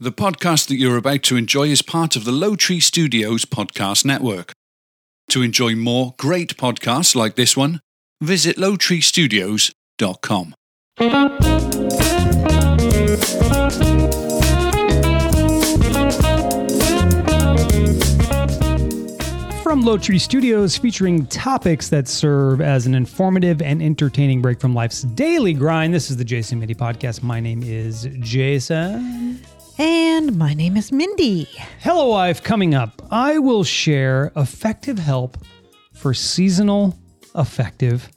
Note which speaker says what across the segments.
Speaker 1: The podcast that you're about to enjoy is part of the Low Tree Studios podcast network. To enjoy more great podcasts like this one, visit lowtreestudios.com.
Speaker 2: From Low Tree Studios, featuring topics that serve as an informative and entertaining break from life's daily grind. This is the Jason Mitty Podcast. My name is Jason.
Speaker 3: And my name is Mindy.
Speaker 2: Hello, Wife, coming up, I will share effective help for seasonal affective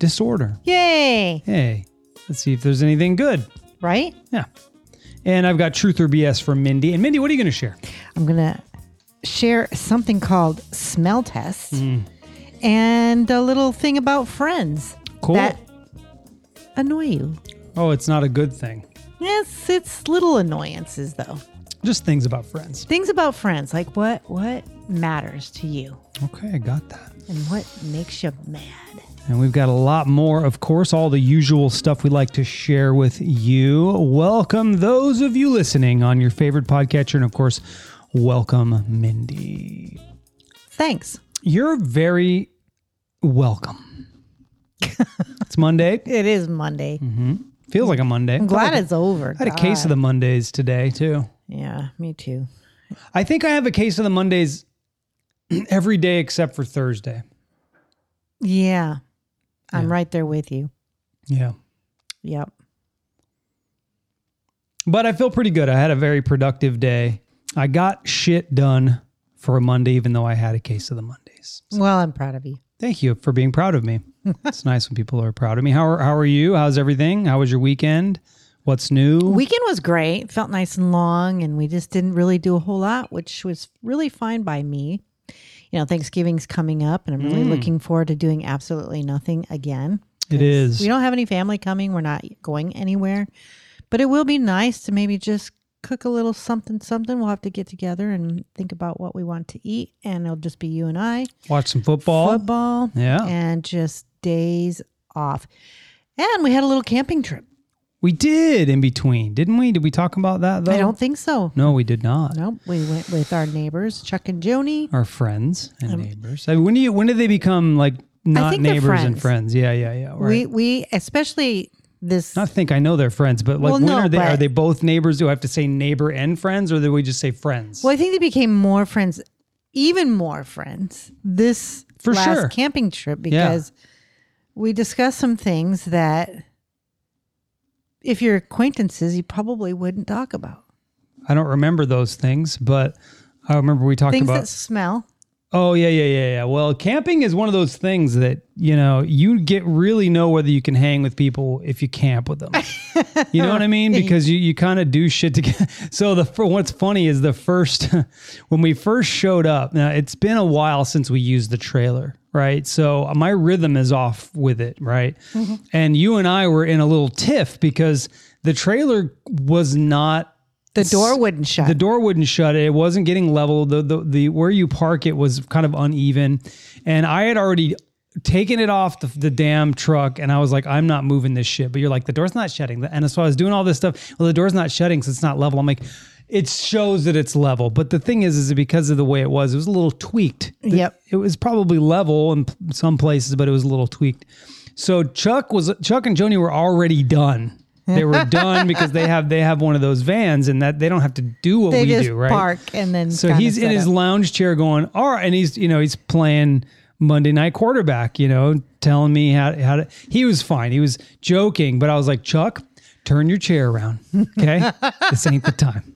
Speaker 2: disorder.
Speaker 3: Yay.
Speaker 2: Hey, let's see if there's anything good.
Speaker 3: Right?
Speaker 2: Yeah. And I've got truth or BS from Mindy. And Mindy, what are you going to share?
Speaker 3: I'm going to share something called smell test
Speaker 2: Hmm.
Speaker 3: and a little thing about friends
Speaker 2: Cool.
Speaker 3: that annoy you.
Speaker 2: oh, it's not a good thing.
Speaker 3: Yes, it's little annoyances though.
Speaker 2: Just things about friends.
Speaker 3: Things about friends, like what what matters to you
Speaker 2: Okay, I got that.
Speaker 3: and what makes you mad.
Speaker 2: And we've got a lot more, of course, all the usual stuff we like to share with you. Welcome those of you listening on your favorite podcatcher. And of course, welcome, Mindy.
Speaker 3: Thanks.
Speaker 2: You're very welcome. it's Monday.
Speaker 3: It is Monday.
Speaker 2: Feels like Mm-hmm. a Monday.
Speaker 3: I'm glad it's over.
Speaker 2: I had a case of the Mondays today, too.
Speaker 3: Yeah, me too.
Speaker 2: I think I have a case of the Mondays every day except for Thursday.
Speaker 3: Yeah. I'm right there with you.
Speaker 2: Yeah.
Speaker 3: Yep.
Speaker 2: But I feel pretty good. I had a very productive day. I got shit done for a Monday, even though I had a case of the Mondays.
Speaker 3: Well, I'm proud of you.
Speaker 2: Thank you for being proud of me. it's nice when people are proud of me. How are, how are you? How's everything? How was your weekend? What's new?
Speaker 3: Weekend was great. Felt nice and long, and we just didn't really do a whole lot, which was really fine by me. You know, Thanksgiving's coming up, and I'm really looking forward to doing absolutely nothing again.
Speaker 2: Mm. it is.
Speaker 3: We don't have any family coming. We're not going anywhere, but it will be nice to maybe just cook a little something, something. We'll have to get together and think about what we want to eat, and it'll just be you and I,
Speaker 2: Watch some football.
Speaker 3: football,
Speaker 2: Yeah.
Speaker 3: and just days off. And we had a little camping trip.
Speaker 2: We did in between, didn't we? Did we talk about that though?
Speaker 3: I don't think so.
Speaker 2: No, we did not.
Speaker 3: Nope, we went with our neighbors, Chuck and Joni.
Speaker 2: Our friends and neighbors. I mean, when do you when do they become like not
Speaker 3: Um, think they're
Speaker 2: neighbors and friends?
Speaker 3: friends.
Speaker 2: Yeah, yeah, yeah. Right.
Speaker 3: We we especially this.
Speaker 2: I think I know they're friends, but like
Speaker 3: Well,
Speaker 2: when
Speaker 3: no,
Speaker 2: are they
Speaker 3: but-
Speaker 2: are they both neighbors? Do I have to say neighbor and friends or do we just say friends?
Speaker 3: well, I think they became more friends, even more friends. This
Speaker 2: For
Speaker 3: last
Speaker 2: sure.
Speaker 3: camping trip because we discussed some things that if you're acquaintances, you probably wouldn't talk about
Speaker 2: I don't remember those things, but I remember we talked
Speaker 3: things
Speaker 2: about
Speaker 3: that smell.
Speaker 2: Oh yeah, yeah, yeah, yeah. Well, camping is one of those things that you know you get really know whether you can hang with people if you camp with them. you know what I mean? Because you you kind of do shit together. So the fir- what's funny is the first when we first showed up. Now it's been a while since we used the trailer, right? So uh, my rhythm is off with it, right? And you and I were in a little tiff because the trailer was not
Speaker 3: The door wouldn't shut.
Speaker 2: the door wouldn't shut. It wasn't getting level. The, the the where you park it was kind of uneven, and I had already taken it off the, the damn truck, and I was like, I'm not moving this shit. But you're like, the door's not shutting, and so I was doing all this stuff. Well, the door's not shutting, so it's not level. I'm like. It shows that it's level, but the thing is, is because of the way it was, it was a little tweaked. The-
Speaker 3: Yep.
Speaker 2: it was probably level in p- some places, but it was a little tweaked. So Chuck was Chuck and Joni were already done. They were done because they have they have one of those vans and that they don't have to do what
Speaker 3: they
Speaker 2: we
Speaker 3: just
Speaker 2: do, right?
Speaker 3: park and then.
Speaker 2: So
Speaker 3: kinda
Speaker 2: he's in
Speaker 3: set
Speaker 2: his
Speaker 3: up.
Speaker 2: lounge chair going, all right, and he's you know he's playing Monday night quarterback, you know, telling me how how to. He was fine. He was joking, but I was like, Chuck, turn your chair around, okay? this ain't the time.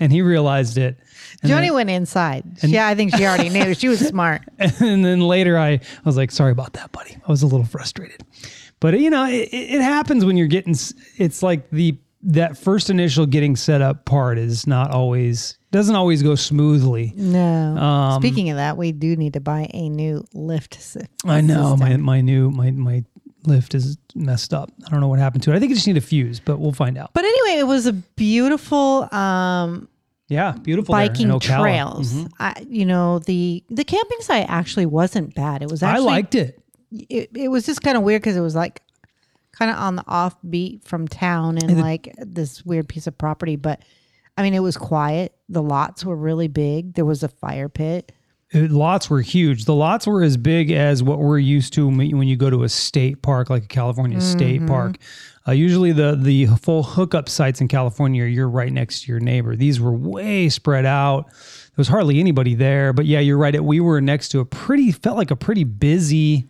Speaker 2: And he realized it. And
Speaker 3: Joni went inside. yeah, I think she already knew. She was smart.
Speaker 2: and then later I, I was like sorry about that buddy i was a little frustrated but you know it, it it happens when you're getting s- it's like the that first initial getting set up part is not always doesn't always go smoothly
Speaker 3: No.
Speaker 2: Um,
Speaker 3: Speaking of that, we do need to buy a new lift. sy-
Speaker 2: i know my, my new my my lift is messed up i don't know what happened to it i think i just need a fuse but we'll find out
Speaker 3: But anyway, it was a beautiful um,
Speaker 2: yeah beautiful there in
Speaker 3: biking
Speaker 2: Ocala. Mm-hmm.
Speaker 3: trails. I, you know, the the camping site actually wasn't bad. It was
Speaker 2: i
Speaker 3: actually
Speaker 2: liked it
Speaker 3: it, it was just kind of weird because it was like kind of on the offbeat from town and like this weird piece of property, but I mean, it was quiet. The lots were really big. There was a fire pit.
Speaker 2: It- lots were huge. The lots were as big as what we're used to when when you go to a state park, like a California
Speaker 3: Mm-hmm.
Speaker 2: state park. Uh, usually, the the full hookup sites in California, you're right next to your neighbor. These were way spread out. There was hardly anybody there. But yeah, you're right. It We were next to a pretty felt like a pretty busy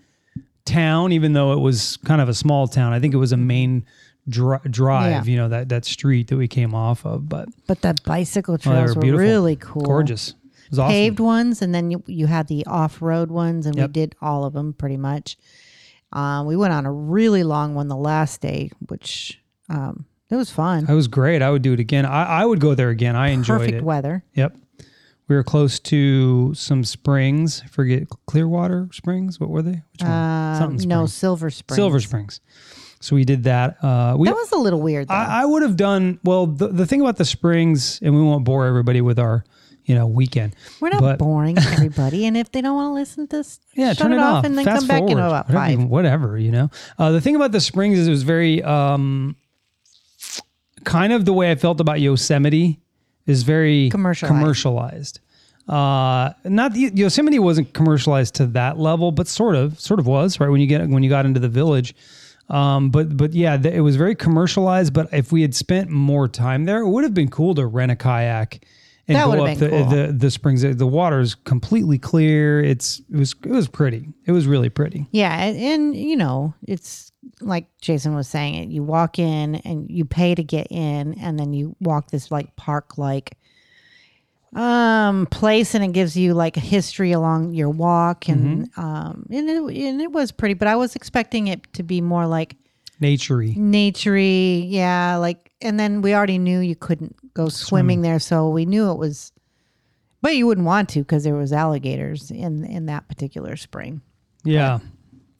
Speaker 2: town, even though it was kind of a small town. I think it was a main dri- drive.
Speaker 3: Yeah.
Speaker 2: You know that that street that we came off of, but
Speaker 3: But the bicycle
Speaker 2: oh, they
Speaker 3: trails
Speaker 2: were
Speaker 3: were
Speaker 2: beautiful,
Speaker 3: really cool.
Speaker 2: gorgeous. It was awesome.
Speaker 3: Paved ones, and then you, you had the off road ones, and
Speaker 2: Yep.
Speaker 3: we did all of them pretty much. Um, we went on a really long one the last day, which um, it was fun.
Speaker 2: That was great. I would do it again. I, I would go there again. I enjoyed
Speaker 3: Perfect
Speaker 2: it.
Speaker 3: weather.
Speaker 2: Yep. We were close to some springs. I forget Clearwater Springs. What were they? Which one?
Speaker 3: Um,
Speaker 2: Something
Speaker 3: no,
Speaker 2: Springs.
Speaker 3: Silver Spring.
Speaker 2: Silver Springs. So we did that. Uh, we
Speaker 3: That was a little weird though.
Speaker 2: I, I would have done well. The, the thing about the springs, and we won't bore everybody with our you know weekend.
Speaker 3: We're not
Speaker 2: but-
Speaker 3: boring everybody, and if they don't want to listen to this,
Speaker 2: Yeah,
Speaker 3: shut
Speaker 2: turn
Speaker 3: it,
Speaker 2: it,
Speaker 3: off, and then
Speaker 2: Fast
Speaker 3: come back in
Speaker 2: forward.
Speaker 3: about
Speaker 2: whatever,
Speaker 3: five.
Speaker 2: you- Whatever, you know. Uh, the thing about the springs is it was very um, kind of the way I felt about Yosemite is very
Speaker 3: Commercialized.
Speaker 2: commercialized. Uh, not the, Yosemite wasn't commercialized to that level, but sort of, sort of was right when you get when you got into the village. Um, but but yeah, th- it was very commercialized. But if we had spent more time there, it would have been cool to rent a kayak and
Speaker 3: That would
Speaker 2: go
Speaker 3: have
Speaker 2: up the,
Speaker 3: been cool.
Speaker 2: the the the springs the water is completely clear it's it was it was pretty it was really pretty
Speaker 3: Yeah, and, and you know, it's like Jason was saying it. You walk in and you pay to get in, and then you walk this like park like um place and it gives you like a history along your walk and um and it, and it was pretty but i was expecting it to be more like
Speaker 2: naturey
Speaker 3: naturey yeah like and then we already knew you couldn't go swimming there so we knew it was but you wouldn't want to because there was alligators in in that particular spring
Speaker 2: yeah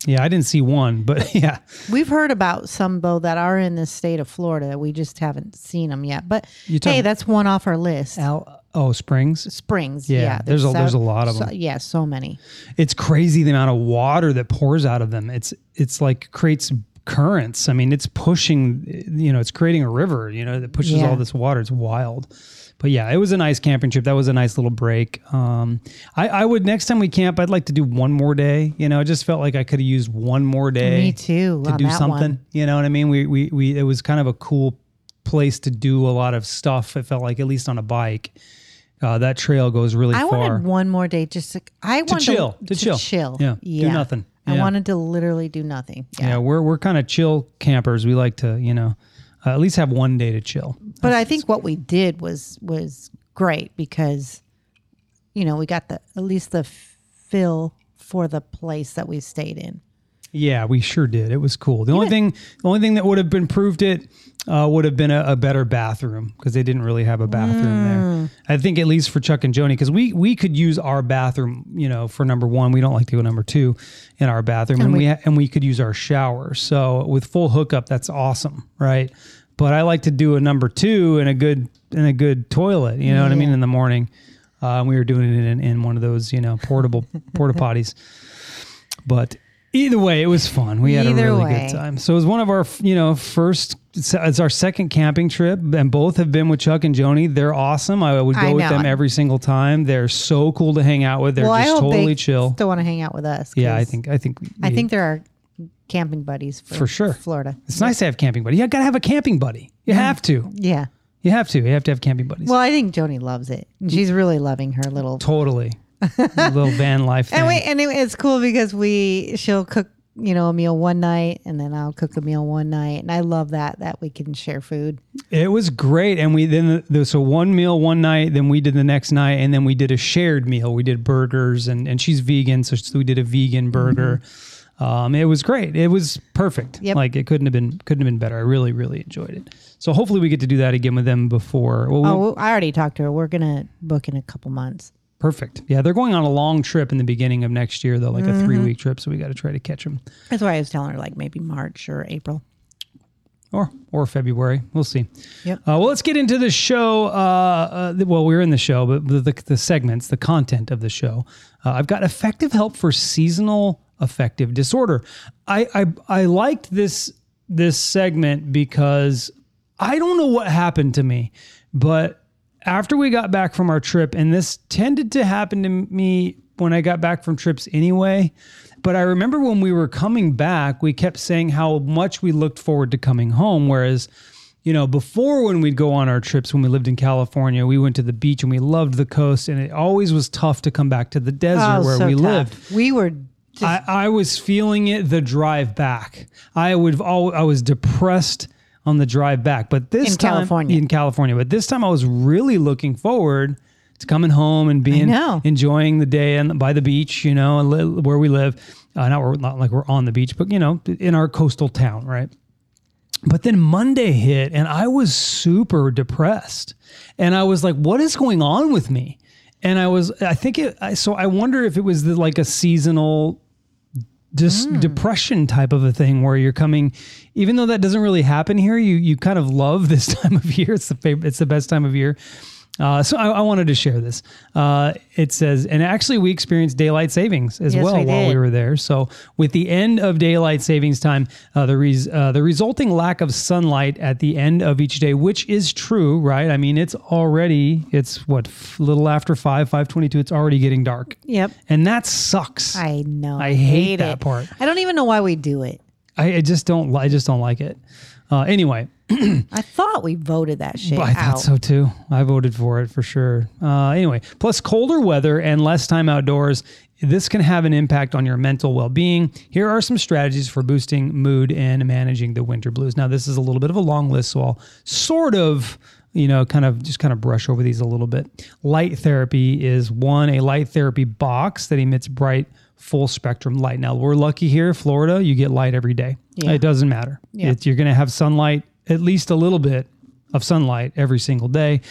Speaker 2: yeah i didn't see one but yeah
Speaker 3: We've heard about some though that are in the state of Florida. We just haven't seen them yet. But
Speaker 2: talking-
Speaker 3: hey, that's one off our list.
Speaker 2: Al- oh springs
Speaker 3: Springs.
Speaker 2: Yeah,
Speaker 3: Yeah,
Speaker 2: there's a- there's a
Speaker 3: so-
Speaker 2: lot of
Speaker 3: so-
Speaker 2: 'em.
Speaker 3: yeah, so many.
Speaker 2: it's crazy the amount of water that pours out of them it's it's like creates currents i mean it's pushing you know it's creating a river you know that pushes
Speaker 3: Yeah.
Speaker 2: all this water it's wild but yeah it was a nice camping trip that was a nice little break um i i would next time we camp i'd like to do one more day you know i just felt like i could have used one more day
Speaker 3: Me too.
Speaker 2: to
Speaker 3: on
Speaker 2: do
Speaker 3: that
Speaker 2: something.
Speaker 3: One.
Speaker 2: You know what I mean? We, we we it was kind of a cool place to do a lot of stuff. It felt like at least on a bike. Uh, that trail goes really
Speaker 3: I
Speaker 2: far.
Speaker 3: wanted one more day just to. I
Speaker 2: to
Speaker 3: wanted
Speaker 2: chill, to,
Speaker 3: To,
Speaker 2: chill,
Speaker 3: chill.
Speaker 2: Yeah, do nothing.
Speaker 3: I
Speaker 2: Yeah.
Speaker 3: wanted to literally do nothing.
Speaker 2: Yeah,
Speaker 3: Yeah.
Speaker 2: we're we're kind of chill campers. We like to, you know, uh, at least have one day to chill.
Speaker 3: But I think what we did was was great because, you know, we got the at least the fill for the place that we stayed in.
Speaker 2: Yeah, we sure did. It was cool. The only thing, the only thing that would have been proved it uh, would have been a, a better bathroom because they didn't really have a bathroom there. I think at least for Chuck and Joni because we we could use our bathroom. You know, for number one, we don't like to go number two in our bathroom, and, we, ha and we could use our shower. So with full hookup, that's awesome, right? But I like to do a number two and a good and a good toilet. You know what I mean in the morning. Uh, we were doing it in, in one of those, you know, portable porta potties. But either way, it was fun. We had
Speaker 3: Either
Speaker 2: a really
Speaker 3: way.
Speaker 2: good time. So it was one of our, you know, first. It's, it's our second camping trip, and both have been with Chuck and Joni. They're awesome. I would go
Speaker 3: I
Speaker 2: with
Speaker 3: know.
Speaker 2: them every single time. They're so cool to hang out with. They're
Speaker 3: well, I
Speaker 2: just
Speaker 3: hope
Speaker 2: totally
Speaker 3: they
Speaker 2: chill.
Speaker 3: Still want to hang out with us.
Speaker 2: Yeah, I
Speaker 3: 'cause-
Speaker 2: think I think
Speaker 3: I
Speaker 2: we-
Speaker 3: think there are camping buddies for,
Speaker 2: For sure.
Speaker 3: Florida.
Speaker 2: it's nice to have camping buddy. You got to have a camping buddy. You have to.
Speaker 3: Yeah.
Speaker 2: You have to. You have to have camping buddies.
Speaker 3: Well, I think Joni loves it. And She's really loving her little.
Speaker 2: totally. little van life thing.
Speaker 3: And wait, and it, it's cool because we she'll cook you know a meal one night and then I'll cook a meal one night and I love that that we can share food.
Speaker 2: It was great, and we then the, so one meal one night, then we did the next night, and then we did a shared meal. We did burgers, and and she's vegan, so we did a vegan burger. Um, it was great. It was perfect.
Speaker 3: Mm-hmm. Yep.
Speaker 2: Like it couldn't have been couldn't have been better. I really really enjoyed it. So hopefully we get to do that again with them before. Well, we-
Speaker 3: Oh, well, I already talked to her. We're gonna book in a couple months.
Speaker 2: perfect. Yeah, they're going on a long trip in the beginning of next year though, like
Speaker 3: Mm-hmm.
Speaker 2: a three week trip. So we got to try to catch them
Speaker 3: That's why I was telling her like maybe March or April.
Speaker 2: or or February. We'll see.
Speaker 3: Yep.
Speaker 2: Uh, well, let's get into the show. Uh, uh, th- well, we're in the show, but the, the, the segments, the content of the show. Uh, I've got effective help for seasonal affective disorder. I I, I liked this this segment because I don't know what happened to me, but after we got back from our trip, and this tended to happen to me when I got back from trips anyway, but I remember when we were coming back, we kept saying how much we looked forward to coming home. Whereas, you know, before when we'd go on our trips when we lived in California, we went to the beach and we loved the coast, and it always was tough to come back to the desert
Speaker 3: Oh,
Speaker 2: where
Speaker 3: so
Speaker 2: we
Speaker 3: tough.
Speaker 2: lived.
Speaker 3: We were just
Speaker 2: I, I was feeling it the drive back. I would all I was depressed on the drive back, but this
Speaker 3: In
Speaker 2: time
Speaker 3: California.
Speaker 2: in California, but this time I was really looking forward to coming home and being
Speaker 3: know.
Speaker 2: enjoying the day and by the beach, you know, and li- where we live. Uh, not we're not like we're on the beach, but you know, in our coastal town, right? But then Monday hit and I was super depressed. And I was like, what is going on with me? And I was, I think it, I, so I wonder if it was the, like a seasonal dis-
Speaker 3: Mm.
Speaker 2: depression type of a thing where you're coming, even though that doesn't really happen here, you, you kind of love this time of year. It's the favorite, it's the best time of year. Uh, so I, I wanted to share this. Uh, it says, and actually we experienced daylight savings as
Speaker 3: Yes,
Speaker 2: well
Speaker 3: we
Speaker 2: while we
Speaker 3: did.
Speaker 2: were there. So with the end of daylight savings time, uh, the res- uh, the resulting lack of sunlight at the end of each day, which is true, right? I mean, it's already it's what f- little after five, five twenty-two. It's already getting dark,
Speaker 3: yep.
Speaker 2: and that sucks. I,
Speaker 3: I know.
Speaker 2: I hate that
Speaker 3: it.
Speaker 2: part.
Speaker 3: I don't even know why we do it.
Speaker 2: I just don't. li- I just don't like it. Uh, anyway,
Speaker 3: I thought we voted that shit
Speaker 2: I thought
Speaker 3: out.
Speaker 2: so too. I voted for it for sure. Uh, anyway, plus colder weather and less time outdoors. This can have an impact on your mental well being. Here are some strategies for boosting mood and managing the winter blues. Now, this is a little bit of a long list, so I'll sort of, you know, kind of just kind of brush over these a little bit. Light therapy is one, a light therapy box that emits bright, full spectrum light. Now, we're lucky here, Florida, you get light every day.
Speaker 3: Yeah.
Speaker 2: It doesn't matter. It- you're going to have sunlight, at least a little bit of sunlight every single day.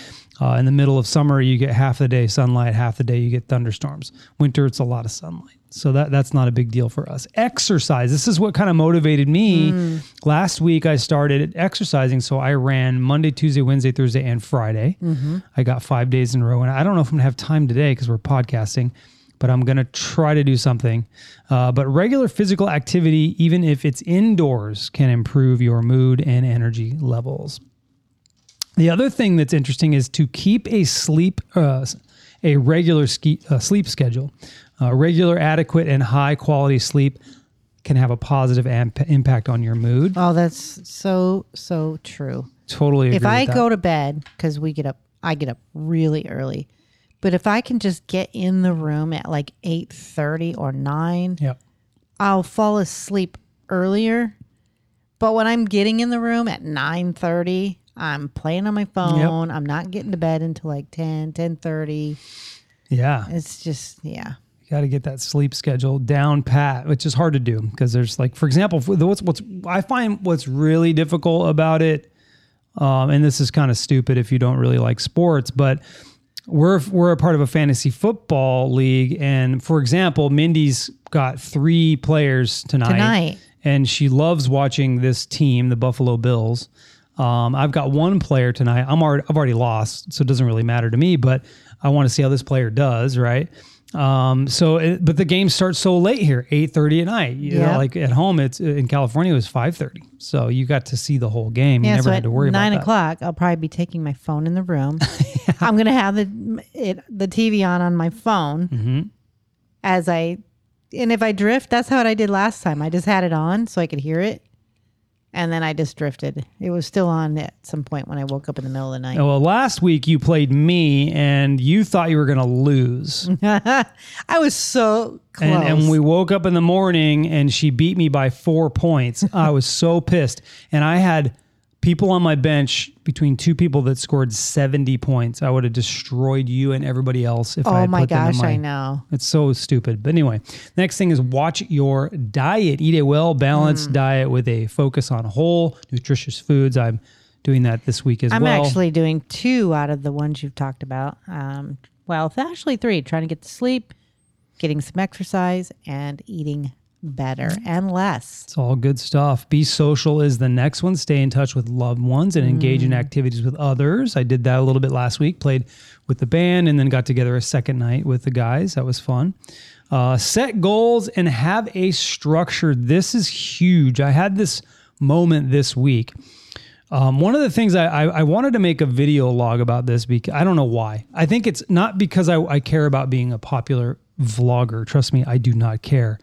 Speaker 2: Uh, in the middle of summer, you get half the day sunlight, half the day you get thunderstorms. Winter, it's a lot of sunlight. So that, that's not a big deal for us. Exercise. This is what kind of motivated me. Last week, I started exercising. So I ran Monday, Tuesday, Wednesday, Thursday, and Friday. I got five days in a row. And I don't know if I'm going to have time today because we're podcasting but I'm going to try to do something. Uh, but regular physical activity, even if it's indoors, can improve your mood and energy levels. The other thing that's interesting is to keep a sleep, uh, a regular ski, uh, sleep schedule. Uh, regular, adequate, and high quality sleep can have a positive amp- impact on your mood.
Speaker 3: Oh, that's so so true.
Speaker 2: Totally. Agree
Speaker 3: if I
Speaker 2: with that.
Speaker 3: go to bed because we get up, I get up really early. But if I can just get in the room at like eight thirty or nine,
Speaker 2: yeah,
Speaker 3: I'll fall asleep earlier. But when I'm getting in the room at 9:30, I'm playing on my phone. I'm not getting to bed until like 10, 10:30.
Speaker 2: yeah.
Speaker 3: It's just yeah.
Speaker 2: got to get that sleep schedule down pat, which is hard to do because there's like, for example, for the- what's what's I find what's really difficult about it, um, and this is kind of stupid if you don't really like sports, but we're we're a part of a fantasy football league, and for example, Mindy's got three players tonight,
Speaker 3: Tonight.
Speaker 2: and she loves watching this team, the Buffalo Bills. Um, I've got one player tonight. I'm already, I've already lost, so it doesn't really matter to me. But I want to see how this player does, right? Um, so, it, but the game starts so late here, eight thirty at night. You know,
Speaker 3: Yeah.
Speaker 2: like at home, it's in California, it was five thirty. So you got to see the whole game.
Speaker 3: Yeah,
Speaker 2: you never
Speaker 3: so
Speaker 2: had
Speaker 3: at
Speaker 2: to worry about
Speaker 3: nine
Speaker 2: that.
Speaker 3: o'clock, I'll probably be taking my phone in the room. I'm gonna have the it, the TV on on my phone
Speaker 2: Mm-hmm.
Speaker 3: as I, and if I drift, that's how I did last time. I just had it on so I could hear it, and then I just drifted. It was still on at some point when I woke up in the middle of the night.
Speaker 2: Well, last week you played me, and you thought you were going to lose,
Speaker 3: I was so close.
Speaker 2: and, and we woke up in the morning, and she beat me by four points. I was so pissed, and I had people on my bench between two people that scored seventy points. I would have destroyed you and everybody else if I
Speaker 3: oh
Speaker 2: had
Speaker 3: my
Speaker 2: put them in
Speaker 3: gosh,
Speaker 2: my
Speaker 3: I know.
Speaker 2: It's so stupid. But anyway, next thing is watch your diet. Eat a well balanced
Speaker 3: Mm.
Speaker 2: diet with a focus on whole, nutritious foods. I'm doing that this week as
Speaker 3: I'm
Speaker 2: well.
Speaker 3: actually doing two out of the ones you've talked about. Um, well, th- actually three: trying to get to sleep, getting some exercise, and eating better and less.
Speaker 2: it's all good stuff. Be social is the next one. Stay in touch with loved ones and engage
Speaker 3: Mm.
Speaker 2: in activities with others. I did that a little bit last week, played with the band, and then got together a second night with the guys. That was fun. Uh, set goals and have a structure. This is huge. I had this moment this week. Um, one of the things I, I, I wanted to make a video log about this because I don't know why. I think it's not because I, I care about being a popular vlogger. Trust me, I do not care.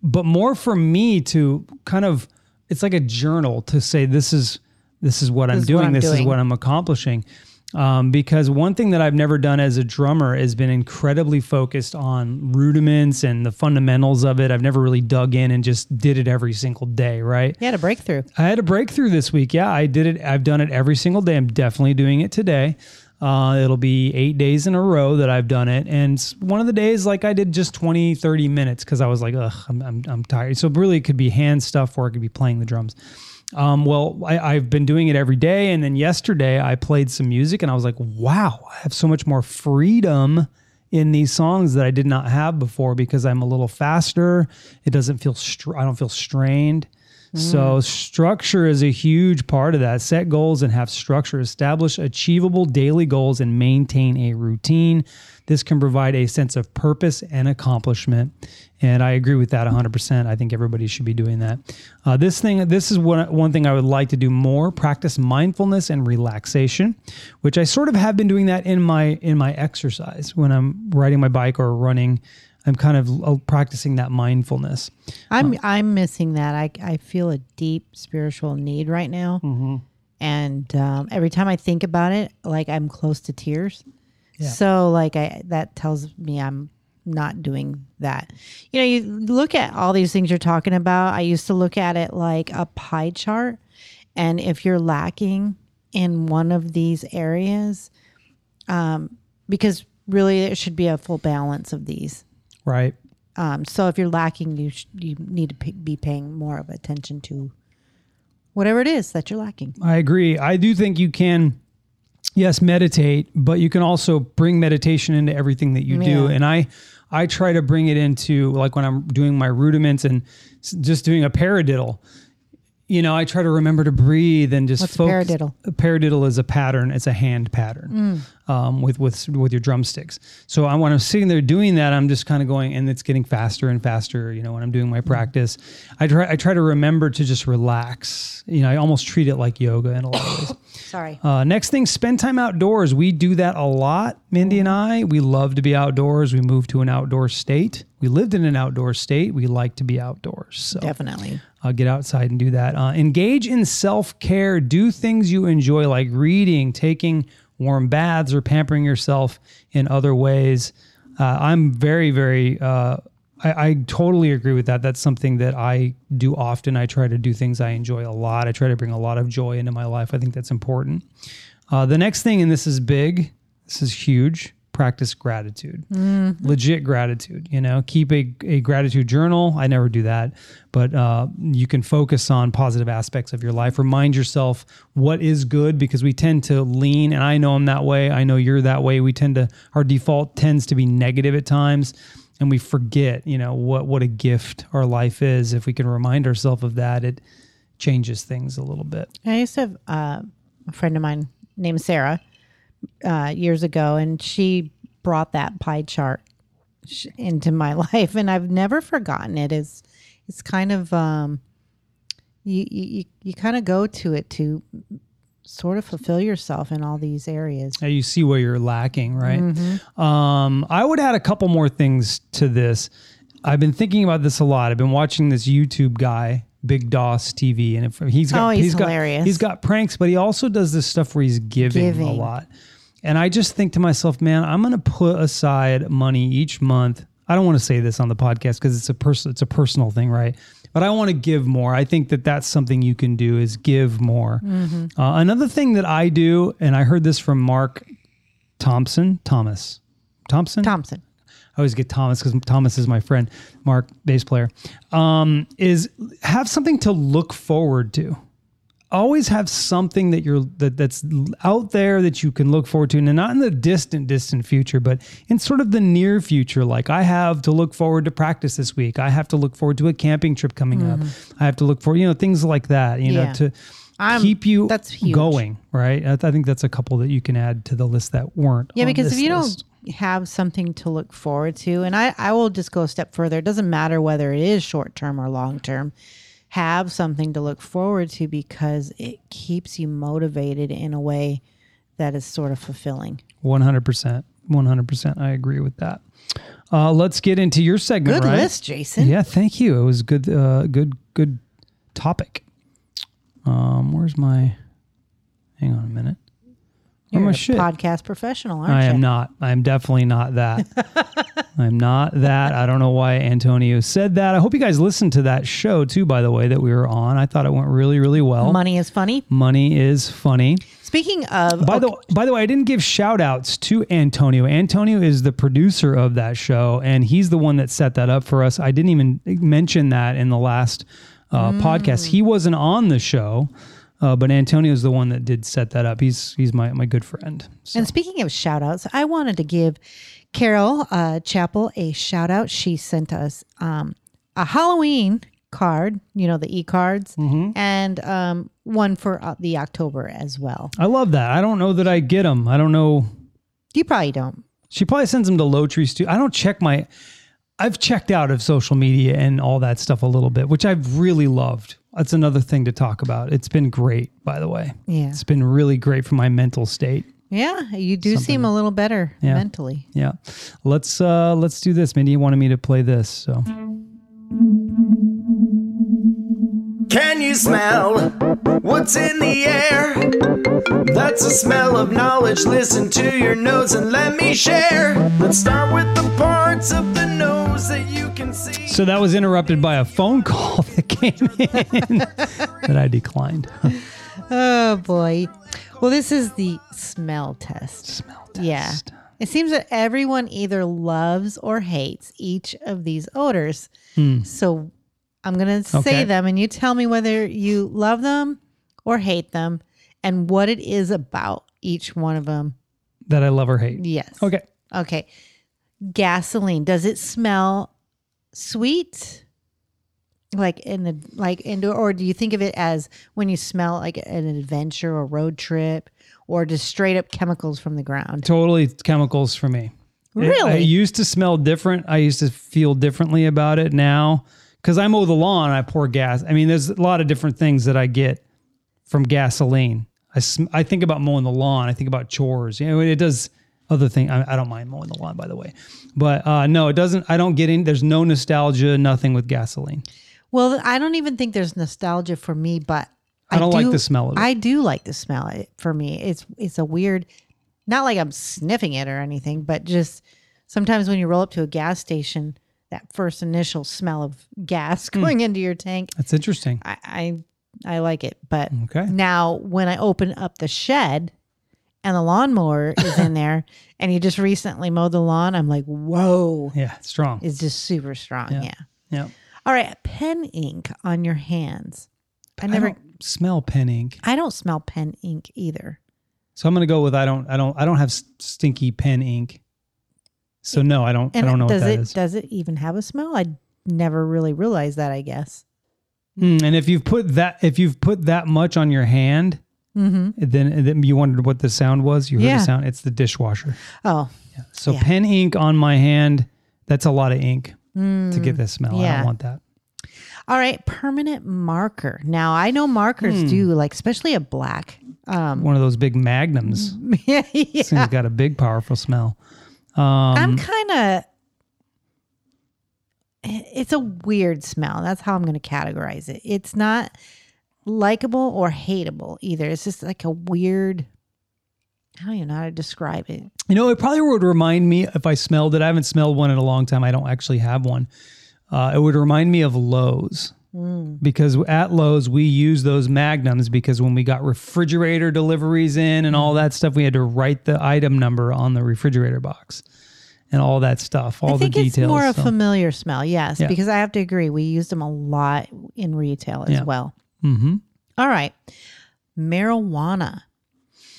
Speaker 2: But more for me to kind of, it's like a journal to say this is this is what I'm
Speaker 3: is what
Speaker 2: doing.
Speaker 3: I'm
Speaker 2: this is
Speaker 3: doing.
Speaker 2: what I'm accomplishing. Um, because one thing that I've never done as a drummer has been incredibly focused on rudiments and the fundamentals of it. I've never really dug in and just did it every single day, right?
Speaker 3: You had a breakthrough.
Speaker 2: I had a breakthrough this week. Yeah, I did it. I've done it every single day. I'm definitely doing it today. Uh, it'll be eight days in a row that I've done it. And s- one of the days, like I did just 20, 30 minutes because I was like, ugh, I'm, I'm, I'm tired. So really it could be hand stuff or it could be playing the drums. Um, well, I, I've been doing it every day. And then yesterday I played some music and I was like, wow, I have so much more freedom in these songs that I did not have before because I'm a little faster. It doesn't feel, str- I don't feel strained. So structure is a huge part of that. Set goals and have structure. Establish achievable daily goals and maintain a routine. This can provide a sense of purpose and accomplishment. And I agree with that 100%. I think everybody should be doing that. Uh, this thing, this is one, one thing I would like to do more: practice mindfulness and relaxation, which I sort of have been doing that in my in my exercise when I'm riding my bike or running. I'm kind of uh, practicing that mindfulness.
Speaker 3: I'm I'm missing that. I I feel a deep spiritual need right now, and um, every time I think about it, like I'm close to tears. So like I that tells me I'm not doing that. You know, you look at all these things you're talking about. I used to look at it like a pie chart, and if you're lacking in one of these areas, um, because really it should be a full balance of these.
Speaker 2: Right.
Speaker 3: Um, so if you're lacking, you sh- you need to p- be paying more of attention to whatever it is that you're lacking.
Speaker 2: I agree. I do think you can, yes, meditate, but you can also bring meditation into everything that you do.
Speaker 3: Yeah.
Speaker 2: And I, I try to bring it into like when I'm doing my rudiments and s- just doing a paradiddle. You know, I try to remember to breathe and just
Speaker 3: What's a
Speaker 2: focus.
Speaker 3: paradiddle? Mm.
Speaker 2: A paradiddle is a pattern. It's a hand pattern um, with with with your drumsticks. So I, when I'm sitting there doing that, I'm just kind of going, and it's getting faster and faster. You know, when I'm doing
Speaker 3: Mm.
Speaker 2: my practice, I try I try to remember to just relax. You know, I almost treat it like yoga in a lot of ways.
Speaker 3: Sorry.
Speaker 2: Uh, next thing, spend time outdoors. We do that a lot, Mindy and I. We love to be outdoors. We moved to an outdoor state. We lived in an outdoor state. We like to be outdoors. So
Speaker 3: Definitely.
Speaker 2: uh, get outside and do that. Uh, engage in self care. Do things you enjoy, like reading, taking warm baths, or pampering yourself in other ways. Uh, I'm very, very. Uh, I, I totally agree with that. That's something that I do often. I try to do things I enjoy a lot. I try to bring a lot of joy into my life. I think that's important. Uh, the next thing, and this is big, this is huge. Practice gratitude, legit gratitude. You know, keep a, a gratitude journal. I never do that, but uh, you can focus on positive aspects of your life. Remind yourself what is good because we tend to lean, and I know I'm that way. I know you're that way. We tend to, our default tends to be negative at times, and we forget, you know, what what a gift our life is. If we can remind ourselves of that, it changes things a little bit.
Speaker 3: I used to have uh, a friend of mine named Sarah uh, years ago, and she brought that pie chart sh- into my life, and I've never forgotten it. It's it's kind of um, you you you- you kind of go to it to sort of fulfill yourself in all these areas.
Speaker 2: Yeah, you see where you're lacking, right?
Speaker 3: Mm-hmm.
Speaker 2: Um, I would add a couple more things to this. I've been thinking about this a lot. I've been watching this YouTube guy, Big Doss TV, and if, he's got
Speaker 3: Oh, he's
Speaker 2: got
Speaker 3: hilarious.
Speaker 2: he's got pranks, but he also does this stuff where he's giving, a
Speaker 3: Giving.
Speaker 2: lot. And I just think to myself, man, I'm going to put aside money each month. I don't want to say this on the podcast because it's a person, it's a personal thing, right? But I want to give more. I think that that's something you can do is give more. Uh, another thing that I do, and I heard this from Mark Thompson, Thomas, Thompson.
Speaker 3: Thompson,
Speaker 2: I always get Thomas because Thomas is my friend, Mark, bass player. Um, is have something to look forward to. Always have something that you're that that's out there that you can look forward to, and not in the distant, distant future, but in sort of the near future. Like I have to look forward to practice this week. I have to look forward to a camping trip coming up. I have to look for you know things like that. You know
Speaker 3: Mm. Yeah.
Speaker 2: to
Speaker 3: I'm-
Speaker 2: keep you
Speaker 3: that's huge.
Speaker 2: going right. I, I think that's a couple that you can add to the list that weren't.
Speaker 3: Yeah,
Speaker 2: on
Speaker 3: because if
Speaker 2: this
Speaker 3: you
Speaker 2: list.
Speaker 3: don't have something to look forward to, and I, I will just go a step further. It doesn't matter whether it is short term or long term. have something to look forward to because it keeps you motivated in a way that is sort of fulfilling.
Speaker 2: 100%. 100%. I agree with that. Uh, let's get into your segment,
Speaker 3: Good
Speaker 2: right?
Speaker 3: list, Jason.
Speaker 2: Yeah, thank you. It was good, uh, good, good topic. Um, where's my? Hang on a minute. Oh
Speaker 3: You're
Speaker 2: my
Speaker 3: a
Speaker 2: shit!
Speaker 3: podcast professional, aren't
Speaker 2: I
Speaker 3: you?
Speaker 2: am not. I'm definitely not that. I'm not that. I don't know why Antonio said that. I hope you guys listened to that show too. By the way, that we were on, I thought it went really, really well.
Speaker 3: Money is funny.
Speaker 2: Money is funny.
Speaker 3: Speaking of,
Speaker 2: By the by the way, I didn't give shout outs to Antonio. Antonio is the producer of that show, and he's the one that set that up for us. I didn't even mention that in the last uh, podcast. He wasn't on the show, uh, but Antonio is the one that did set that up. He's he's my my good friend. So,
Speaker 3: And speaking of shout outs, I wanted to give Carol uh, Chapel a shout out. She sent us um, a Halloween card, you know, the e cards,
Speaker 2: Mm-hmm.
Speaker 3: and um, one for uh, the October as well.
Speaker 2: I love that. I don't know that I get them. I don't know.
Speaker 3: You probably don't.
Speaker 2: She probably sends them to Low Tree Studio. I don't check my. I've checked out of social media and all that stuff a little bit, which I've really loved. That's another thing to talk about. It's been great, by the way.
Speaker 3: Yeah.
Speaker 2: It's been really great for my mental state.
Speaker 3: Yeah. You do seem a little better mentally.
Speaker 2: Yeah. Let's uh let's do this. Mindy wanted me to play this, so
Speaker 4: Can you smell what's in the air? That's a smell of knowledge. Listen to your nose and let me share. Let's start with the parts of the nose that you can see.
Speaker 2: so that was interrupted by a phone call that came in that I declined.
Speaker 3: Oh, boy. Well, this is the smell test.
Speaker 2: Smell
Speaker 3: Yeah.
Speaker 2: test.
Speaker 3: It seems that everyone either loves or hates each of these odors. So I'm going to
Speaker 2: Hmm. Okay.
Speaker 3: say them and you tell me whether you love them or hate them and what it is about each one of them.
Speaker 2: That I love or hate.
Speaker 3: Yes.
Speaker 2: Okay.
Speaker 3: Okay. Gasoline. Does it smell sweet? Like in the like indoor, or do you think of it as when you smell like an adventure or road trip, or just straight up chemicals from the ground?
Speaker 2: Totally chemicals for me. It- I
Speaker 3: Really?
Speaker 2: used to smell different. I used to feel differently about it now because I mow the lawn. I pour gas. I mean, there's a lot of different things that I get from gasoline. I, sm- I think about mowing the lawn. I think about chores. You know, it does other thing. I, I don't mind mowing the lawn, by the way. But uh, no, it doesn't. I don't get in. There's no nostalgia, nothing with gasoline.
Speaker 3: Well, I don't even think there's nostalgia for me, but
Speaker 2: I don't like the smell of it.
Speaker 3: I do like the smell of it for me. It's it's a weird, not like I'm sniffing it or anything, but just sometimes when you roll up to a gas station, that first initial smell of gas going into your tank,
Speaker 2: That's interesting.
Speaker 3: I I, I like it. But
Speaker 2: Okay.
Speaker 3: now when I open up the shed and the lawnmower is in there, and you just recently mowed the lawn, I'm like, whoa,
Speaker 2: Yeah, it's strong.
Speaker 3: it's just super strong. yeah.
Speaker 2: yeah.
Speaker 3: All right, pen ink on your hands. I
Speaker 2: I
Speaker 3: never I don't,
Speaker 2: don't smell pen ink.
Speaker 3: smell pen ink either.
Speaker 2: So I'm gonna go with I don't I don't I don't have s- stinky pen ink. So no, I don't I don't know what
Speaker 3: does
Speaker 2: that
Speaker 3: it
Speaker 2: is.
Speaker 3: does it even have a smell? I never really realized that, I guess.
Speaker 2: Mm, and if you've put that if you've put that much on your hand,
Speaker 3: Mhm.
Speaker 2: then then you wondered what the sound was. You heard
Speaker 3: Yeah.
Speaker 2: the sound. It's the dishwasher.
Speaker 3: Oh,
Speaker 2: So
Speaker 3: Yeah.
Speaker 2: pen ink on my hand. That's a lot of ink to get this smell. I
Speaker 3: Mm, yeah.
Speaker 2: don't want that.
Speaker 3: all right, permanent marker. Now, I know markers
Speaker 2: Hmm.
Speaker 3: do like especially a black. Um
Speaker 2: One of those big magnums.
Speaker 3: yeah,
Speaker 2: This
Speaker 3: Ah.
Speaker 2: thing's got a big, powerful smell.
Speaker 3: I'm
Speaker 2: Um,
Speaker 3: kind of it's a weird smell. That's how I'm going to categorize it. It's not likable or hateable either. It's just like a weird I don't even know how to describe it.
Speaker 2: You know, it probably would remind me if I smelled it. I haven't smelled one in a long time. I don't actually have one. Uh, it would remind me of Lowe's
Speaker 3: Mm.
Speaker 2: because at Lowe's we use those magnums because when we got refrigerator deliveries in and all that stuff, we had to write the item number on the refrigerator box and all that stuff, all
Speaker 3: I think
Speaker 2: the details.
Speaker 3: it's more a
Speaker 2: so-
Speaker 3: familiar smell. Yes,
Speaker 2: Yeah.
Speaker 3: because I have to agree we used them a lot in retail as
Speaker 2: Yeah.
Speaker 3: well.
Speaker 2: Mhm.
Speaker 3: All right. Marijuana.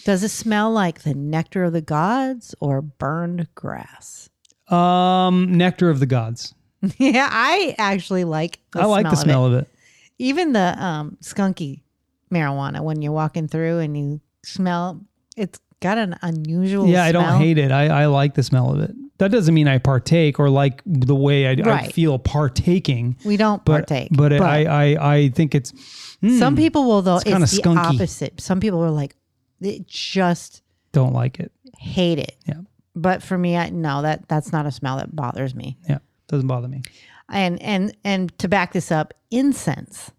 Speaker 3: Does it smell like the nectar of the gods or burned grass?
Speaker 2: um, nectar of the gods.
Speaker 3: yeah, I actually like the
Speaker 2: I like the
Speaker 3: of it.
Speaker 2: smell of it.
Speaker 3: even the um skunky marijuana when you're walking through and you smell it's got an unusual
Speaker 2: Yeah, I don't
Speaker 3: smell.
Speaker 2: hate it. I, I like the smell of it. That doesn't mean I partake or like the way I, I
Speaker 3: Right.
Speaker 2: feel partaking.
Speaker 3: We don't
Speaker 2: But,
Speaker 3: partake.
Speaker 2: but, I, I, I think it's hmm,
Speaker 3: some people will though. It's,
Speaker 2: kinda
Speaker 3: the
Speaker 2: skunky.
Speaker 3: opposite. Some people are like, they just
Speaker 2: don't like it.
Speaker 3: hate it.
Speaker 2: Yeah.
Speaker 3: But for me, I no that that's not a smell that bothers me.
Speaker 2: Yeah. Doesn't bother me.
Speaker 3: And and and to back this up, incense.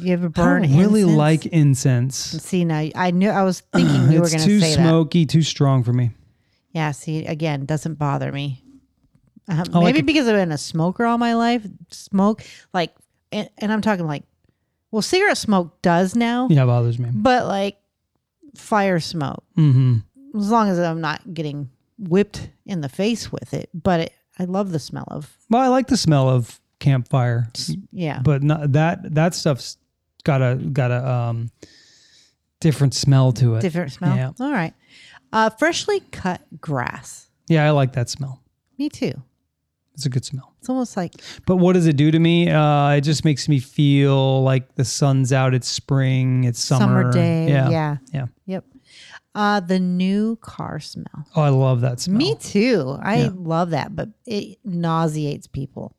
Speaker 3: You ever burn?
Speaker 2: I don't really
Speaker 3: incense?
Speaker 2: like incense.
Speaker 3: See now, I knew I was thinking you were going
Speaker 2: It's
Speaker 3: to
Speaker 2: too
Speaker 3: say that.
Speaker 2: smoky, too strong for me.
Speaker 3: Yeah. See, again, doesn't bother me. Um,
Speaker 2: Oh, I like
Speaker 3: maybe
Speaker 2: it.
Speaker 3: because I've been a smoker all my life. Smoke, like, and, and I'm talking like, well, cigarette smoke does now,
Speaker 2: Yeah, it bothers me.
Speaker 3: but like fire smoke,
Speaker 2: Mm-hmm.
Speaker 3: as long as I'm not getting whipped in the face with it. But it, I love the smell of,
Speaker 2: Well, I like the smell of campfire,
Speaker 3: yeah.
Speaker 2: but not that that stuff's got a got a um different smell to it.
Speaker 3: Different smell.
Speaker 2: Yeah.
Speaker 3: All right. Uh, freshly cut grass.
Speaker 2: Yeah, I like that smell.
Speaker 3: Me too.
Speaker 2: It's a good smell.
Speaker 3: It's almost like
Speaker 2: But what does it do to me? Uh, it just makes me feel like the sun's out. It's spring. It's summer.
Speaker 3: summer, day.
Speaker 2: Yeah.
Speaker 3: yeah.
Speaker 2: Yeah.
Speaker 3: Yep. Uh, the new car smell.
Speaker 2: Oh, I love that smell.
Speaker 3: Me too. I
Speaker 2: Yeah.
Speaker 3: love that, but it nauseates people.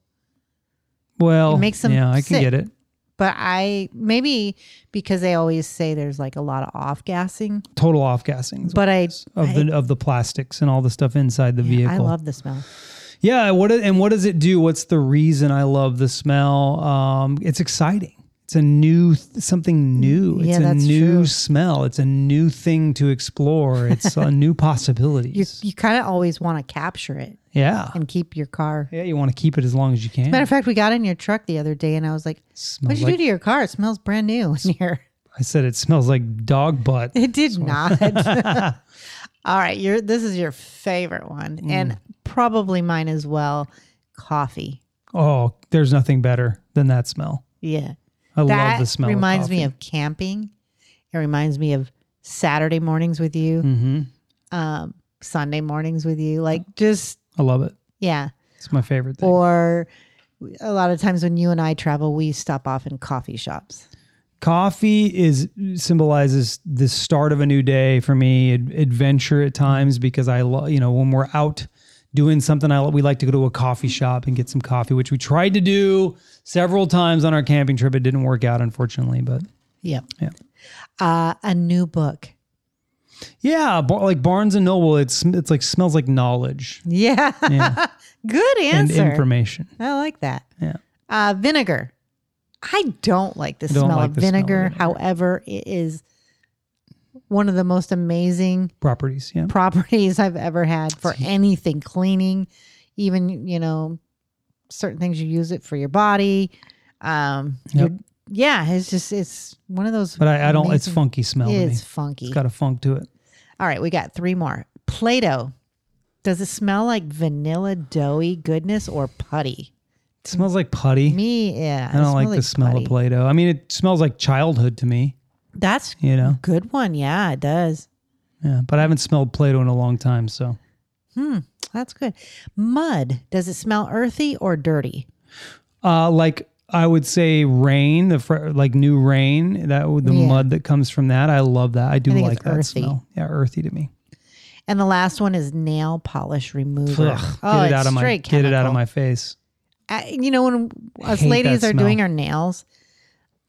Speaker 2: Well,
Speaker 3: It makes them
Speaker 2: yeah, I
Speaker 3: sick.
Speaker 2: can get it.
Speaker 3: But I maybe because they always say there's like a lot of off gassing,
Speaker 2: Total off gassing
Speaker 3: but I,
Speaker 2: of the of the plastics and all the stuff inside the vehicle.
Speaker 3: I love the smell.
Speaker 2: Yeah, what and what does it do? What's the reason I love the smell? Um, it's exciting. It's a new something new. It's
Speaker 3: Yeah,
Speaker 2: a
Speaker 3: that's
Speaker 2: new
Speaker 3: true.
Speaker 2: smell. It's a new thing to explore. It's a new
Speaker 3: You
Speaker 2: possibilities.
Speaker 3: you kind of always want to capture it
Speaker 2: yeah.
Speaker 3: and keep your car.
Speaker 2: Yeah, you want to keep it as long as you can.
Speaker 3: Matter of fact, we got in your truck the other day, and I was like,
Speaker 2: Smells
Speaker 3: "What'd you
Speaker 2: like-
Speaker 3: do to your car? It smells brand new in here."
Speaker 2: I said it smells like dog butt.
Speaker 3: It did not. All right, your this is your favorite one,
Speaker 2: Mm.
Speaker 3: and probably mine as well. Coffee.
Speaker 2: Oh, there's nothing better than that smell.
Speaker 3: Yeah,
Speaker 2: I
Speaker 3: that
Speaker 2: love the smell.
Speaker 3: reminds
Speaker 2: of
Speaker 3: me of camping. It reminds me of Saturday mornings with you,
Speaker 2: hmm
Speaker 3: um, Sunday mornings with you. Like just
Speaker 2: I love it.
Speaker 3: yeah.
Speaker 2: It's my favorite thing.
Speaker 3: Or a lot of times when you and I travel, we stop off in coffee shops.
Speaker 2: coffee is symbolizes the start of a new day for me ad- adventure at times because i love you know when we're out doing something i lo- we like to go to a coffee shop and get some coffee which we tried to do several times on our camping trip it didn't work out unfortunately but
Speaker 3: Yep.
Speaker 2: Yeah.
Speaker 3: Uh, a new book.
Speaker 2: yeah bar- like barnes and noble it's sm- it's like smells like knowledge
Speaker 3: Yeah.
Speaker 2: Yeah.
Speaker 3: Good
Speaker 2: and
Speaker 3: answer.
Speaker 2: information
Speaker 3: I like that.
Speaker 2: Yeah.
Speaker 3: Uh, vinegar. I don't like the
Speaker 2: Don't
Speaker 3: smell
Speaker 2: like
Speaker 3: of
Speaker 2: the smell of
Speaker 3: vinegar.
Speaker 2: vinegar.
Speaker 3: However, it is one of the most amazing
Speaker 2: properties yeah
Speaker 3: properties I've ever had for anything cleaning, even, you know, certain things you use it for your body. Um,
Speaker 2: Yep.
Speaker 3: your- yeah, it's just, it's one of those.
Speaker 2: but i, I don't it's
Speaker 3: amazing-
Speaker 2: funky smell to me
Speaker 3: It's
Speaker 2: it's
Speaker 3: funky.
Speaker 2: got a funk to it
Speaker 3: All right, we got three more. Play Doh. Does it smell like vanilla doughy goodness or putty?
Speaker 2: it smells like putty
Speaker 3: Me, yeah.
Speaker 2: i don't like the smell of play-doh i mean it smells like childhood to me
Speaker 3: That's
Speaker 2: you know
Speaker 3: Good one. Yeah, it does.
Speaker 2: Yeah, but I haven't smelled Play-Doh in a long time, so
Speaker 3: That's good. Mud. Does it smell earthy or dirty?
Speaker 2: uh, like I would say rain, the fr- like new rain that the
Speaker 3: Yeah.
Speaker 2: mud that comes from that. I love that. I do
Speaker 3: I think
Speaker 2: like
Speaker 3: it's
Speaker 2: that
Speaker 3: earthy.
Speaker 2: smell. Yeah, earthy to me.
Speaker 3: And the last one is nail polish remover.
Speaker 2: Ugh,
Speaker 3: oh,
Speaker 2: get it
Speaker 3: it's
Speaker 2: out of my
Speaker 3: straight
Speaker 2: get it out of
Speaker 3: chemical.
Speaker 2: my face.
Speaker 3: I, you know when us
Speaker 2: Hate
Speaker 3: ladies
Speaker 2: that
Speaker 3: are
Speaker 2: smell.
Speaker 3: doing our nails,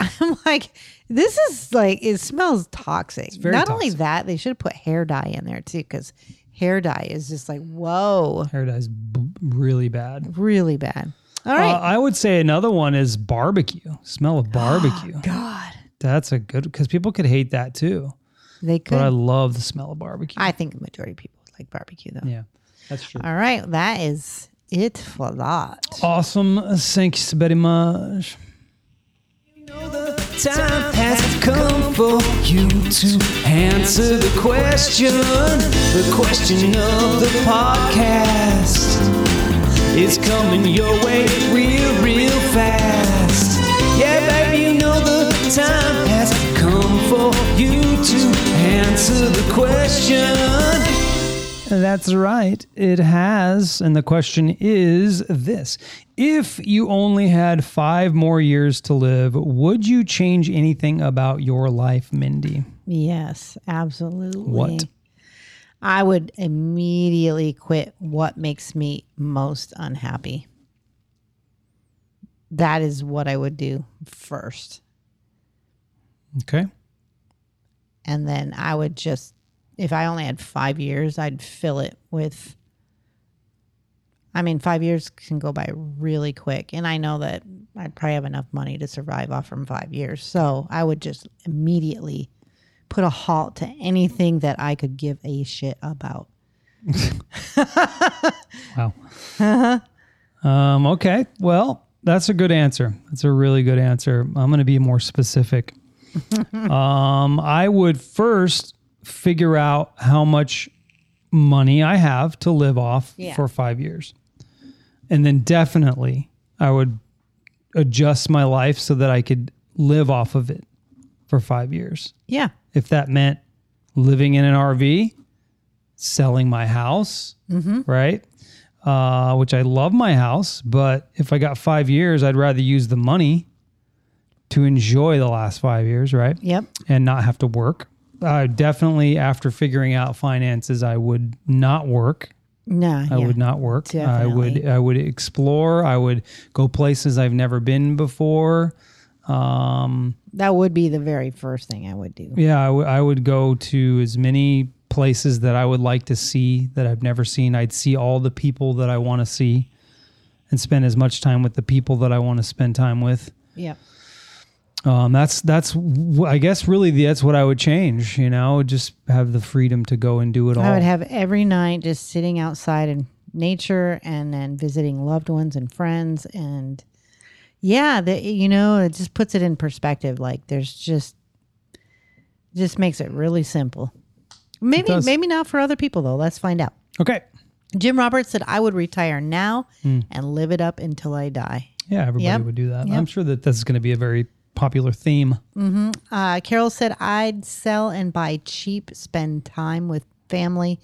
Speaker 3: I'm like, this is like it smells toxic.
Speaker 2: very
Speaker 3: Not only
Speaker 2: toxic.
Speaker 3: that, they should have put hair dye in there too, because hair dye is just like whoa,
Speaker 2: Hair dye's b- really bad.
Speaker 3: really bad. All
Speaker 2: Uh,
Speaker 3: right,
Speaker 2: I would say another one is barbecue. Smell of barbecue.
Speaker 3: God,
Speaker 2: That's a good because people could hate that too,
Speaker 3: they
Speaker 2: but I
Speaker 3: could.
Speaker 2: love the smell of barbecue.
Speaker 3: I, think the majority of people like barbecue though.
Speaker 2: yeah, that's true.
Speaker 3: All right, that is it for that.
Speaker 2: Awesome. Thanks very much.
Speaker 4: Time has come for you to answer the question. The question of the podcast is coming your way real, real fast. Yeah, baby, you know the time has come for you to answer the question.
Speaker 2: That's right. It has. And the question is this If you only had five more years to live, would you change anything about your life, Mindy?
Speaker 3: Yes, absolutely.
Speaker 2: What?
Speaker 3: I would immediately quit what makes me most unhappy. That is what I would do first.
Speaker 2: Okay.
Speaker 3: And then I would just, if I only had five years, I'd fill it with. I mean, five years can go by really quick. And I know that I'd probably have enough money to survive off from five years. So I would just immediately put a halt to anything that I could give a shit about.
Speaker 2: Wow. um, okay. Well, that's a good answer. That's a really good answer. I'm going to be more specific. um, I would first figure out how much money I have to live off
Speaker 3: Yeah.
Speaker 2: for five years. And then definitely I would adjust my life so that I could live off of it for five years
Speaker 3: Yeah.
Speaker 2: if that meant living in an RV, selling my house, right? Uh, which I love my house, but if I got five years, I'd rather use the money to enjoy the last five years, right?
Speaker 3: Yep.
Speaker 2: And not have to work. Uh, definitely, after figuring out finances, I would not work.
Speaker 3: No.
Speaker 2: I would not work. I would
Speaker 3: Definitely.
Speaker 2: I would explore. I would go places I've never been before.
Speaker 3: That would be the very first thing I would do.
Speaker 2: Yeah, I, w- I would go to as many places that I would like to see that I've never seen. I'd see all the people that I want to see and spend as much time with the people that I want to spend time with.
Speaker 3: Yep.
Speaker 2: Um, that's that's w- I guess really that's what I would change. You know, just have the freedom to go and do it all.
Speaker 3: I would have every night just sitting outside in nature and then visiting loved ones and friends and yeah, the, you know, it just puts it in perspective. Like there's just just makes it really simple. Maybe
Speaker 2: does.
Speaker 3: maybe not for other people though. Let's find out.
Speaker 2: okay,
Speaker 3: Jim Roberts said I would retire now
Speaker 2: Hmm.
Speaker 3: and live it up until I die.
Speaker 2: yeah, everybody
Speaker 3: Yep.
Speaker 2: would do that. I'm sure that this is going to be a very popular theme.
Speaker 3: Uh, Carol said, I'd sell and buy cheap, spend time with family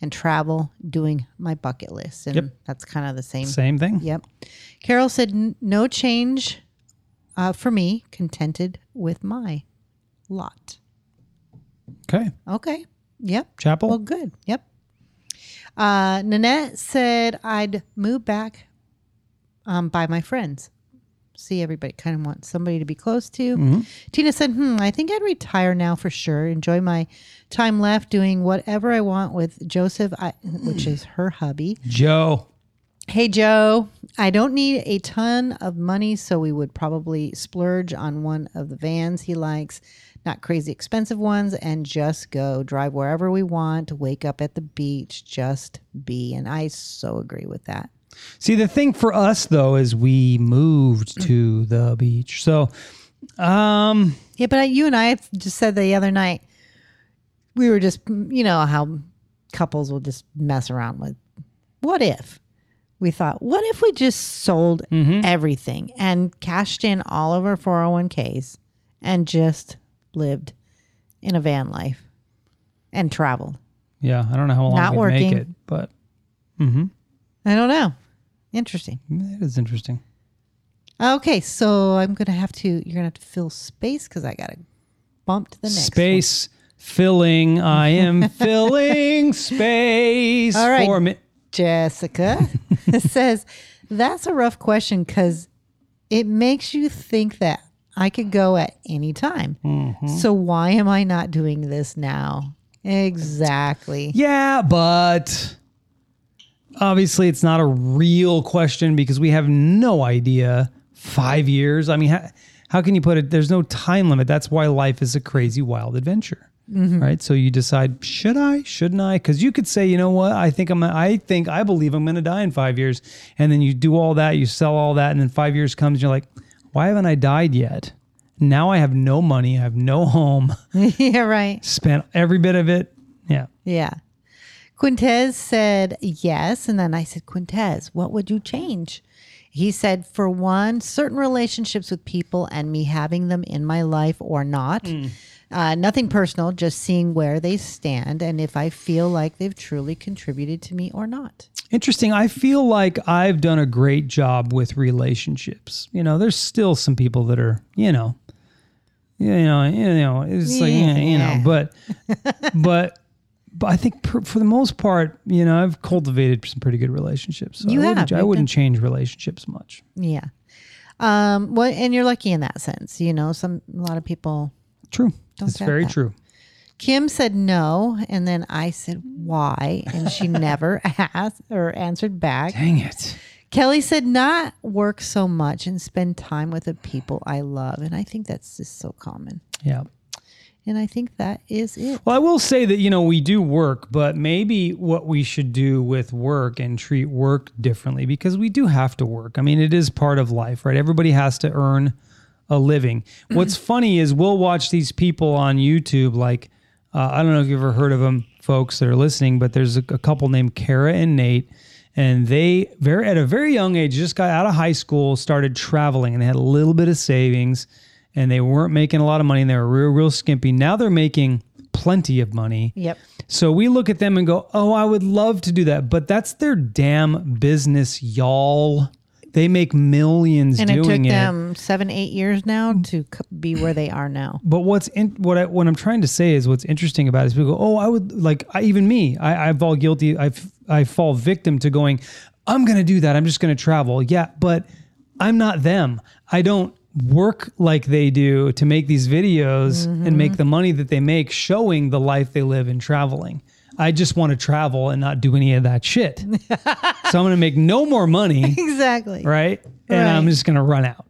Speaker 3: and travel doing my bucket list. And
Speaker 2: Yep.
Speaker 3: that's kind of the same.
Speaker 2: Same thing.
Speaker 3: Yep. Carol said, "N- no change uh, for me, contented with my lot.
Speaker 2: Okay,
Speaker 3: Okay. Yep.
Speaker 2: chapel.
Speaker 3: Well, good. Yep. Uh, Nanette said, I'd move back um, by my friends. See, everybody kind of wants somebody to be close to. Tina said, Hmm, I think I'd retire now for sure. Enjoy my time left doing whatever I want with Joseph, I, which is her hubby.
Speaker 2: Joe.
Speaker 3: Hey, Joe, I don't need a ton of money, so we would probably splurge on one of the vans he likes, not crazy expensive ones, and just go drive wherever we want, wake up at the beach, just be. And I so agree with that.
Speaker 2: See, the thing for us though is we moved to the beach. So, um,
Speaker 3: Yeah, but I, you and I just said the other night, we were just, you know, how couples will just mess around with what if we thought, what if we just sold everything and cashed in all of our 401ks and just lived in a van life and traveled?
Speaker 2: yeah, I don't know how long
Speaker 3: Not
Speaker 2: we would make
Speaker 3: working.
Speaker 2: it, but
Speaker 3: I don't know. Interesting.
Speaker 2: it is interesting.
Speaker 3: Okay, so I'm going to have to, you're going to have to fill space because I got to bump to the next one.
Speaker 2: Space filling. I am filling space
Speaker 3: All right.
Speaker 2: for me.
Speaker 3: Jessica says, That's a rough question because it makes you think that I could go at any time. So why am I not doing this now? Exactly.
Speaker 2: Yeah, but obviously it's not a real question because we have no idea. Five years. I mean, how, how can you put it? There's no time limit. That's why life is a crazy, wild adventure, right? So you decide, should I? Shouldn't I? Because you could say, you know what? I think I'm. I think I believe I'm going to die in five years, and then you do all that, you sell all that, and then five years comes, and you're like, why haven't I died yet? Now I have no money. I have no home.
Speaker 3: yeah, right.
Speaker 2: Spent every bit of it. Yeah.
Speaker 3: Yeah. Quintez said yes. And then I said, Quintez, what would you change? He said, for one, certain relationships with people and me having them in my life or not. Uh, nothing personal, just seeing where they stand and if I feel like they've truly contributed to me or not.
Speaker 2: Interesting. I feel like I've done a great job with relationships. You know, there's still some people that are, you know, you know, you know, it's like, yeah, you know, but, but, but I think per, for the most part, you know, I've cultivated some pretty good relationships. So
Speaker 3: You
Speaker 2: I
Speaker 3: have,
Speaker 2: Wouldn't, I
Speaker 3: you've
Speaker 2: wouldn't change relationships much.
Speaker 3: Yeah. Um, well, and you're lucky in that sense. You know, some a lot of people.
Speaker 2: True.
Speaker 3: Don't
Speaker 2: That's
Speaker 3: doubt
Speaker 2: very
Speaker 3: that.
Speaker 2: true.
Speaker 3: Kim said no, and then I said why, and she never asked or answered back.
Speaker 2: Dang it.
Speaker 3: Kelly said not work so much and spend time with the people I love, and I think that's just so common.
Speaker 2: Yeah.
Speaker 3: And I think that is it.
Speaker 2: Well, I will say that, you know, we do work, but maybe what we should do with work and treat work differently because we do have to work. I mean, it is part of life, right? Everybody has to earn a living.
Speaker 3: Mm-hmm.
Speaker 2: What's funny is we'll watch these people on YouTube, like, uh, I don't know if you've ever heard of them, folks that are listening, but there's a, a couple named Kara and Nate. And they very at a very young age just got out of high school, started traveling, and they had a little bit of savings, and they weren't making a lot of money. And they were real, real skimpy. Now they're making plenty of money.
Speaker 3: Yep.
Speaker 2: So we look at them and go, oh, I would love to do that. But that's their damn business, y'all. They make millions
Speaker 3: And it
Speaker 2: doing
Speaker 3: took
Speaker 2: it. Mm.
Speaker 3: them seven, eight years now to c- be where they are now.
Speaker 2: But what's in what I what I'm trying to say is what's interesting about it is people go, oh, I would like I, even me, I, I fall guilty, I f- I fall victim to going, I'm gonna do that, I'm just gonna travel, yeah, but I'm not them. I don't work like they do to make these videos and make the money that they make showing the life they live in traveling. I just want to travel and not do any of that shit. so I'm gonna make no more money,
Speaker 3: Exactly.
Speaker 2: right? And I'm
Speaker 3: Right.
Speaker 2: just gonna run out.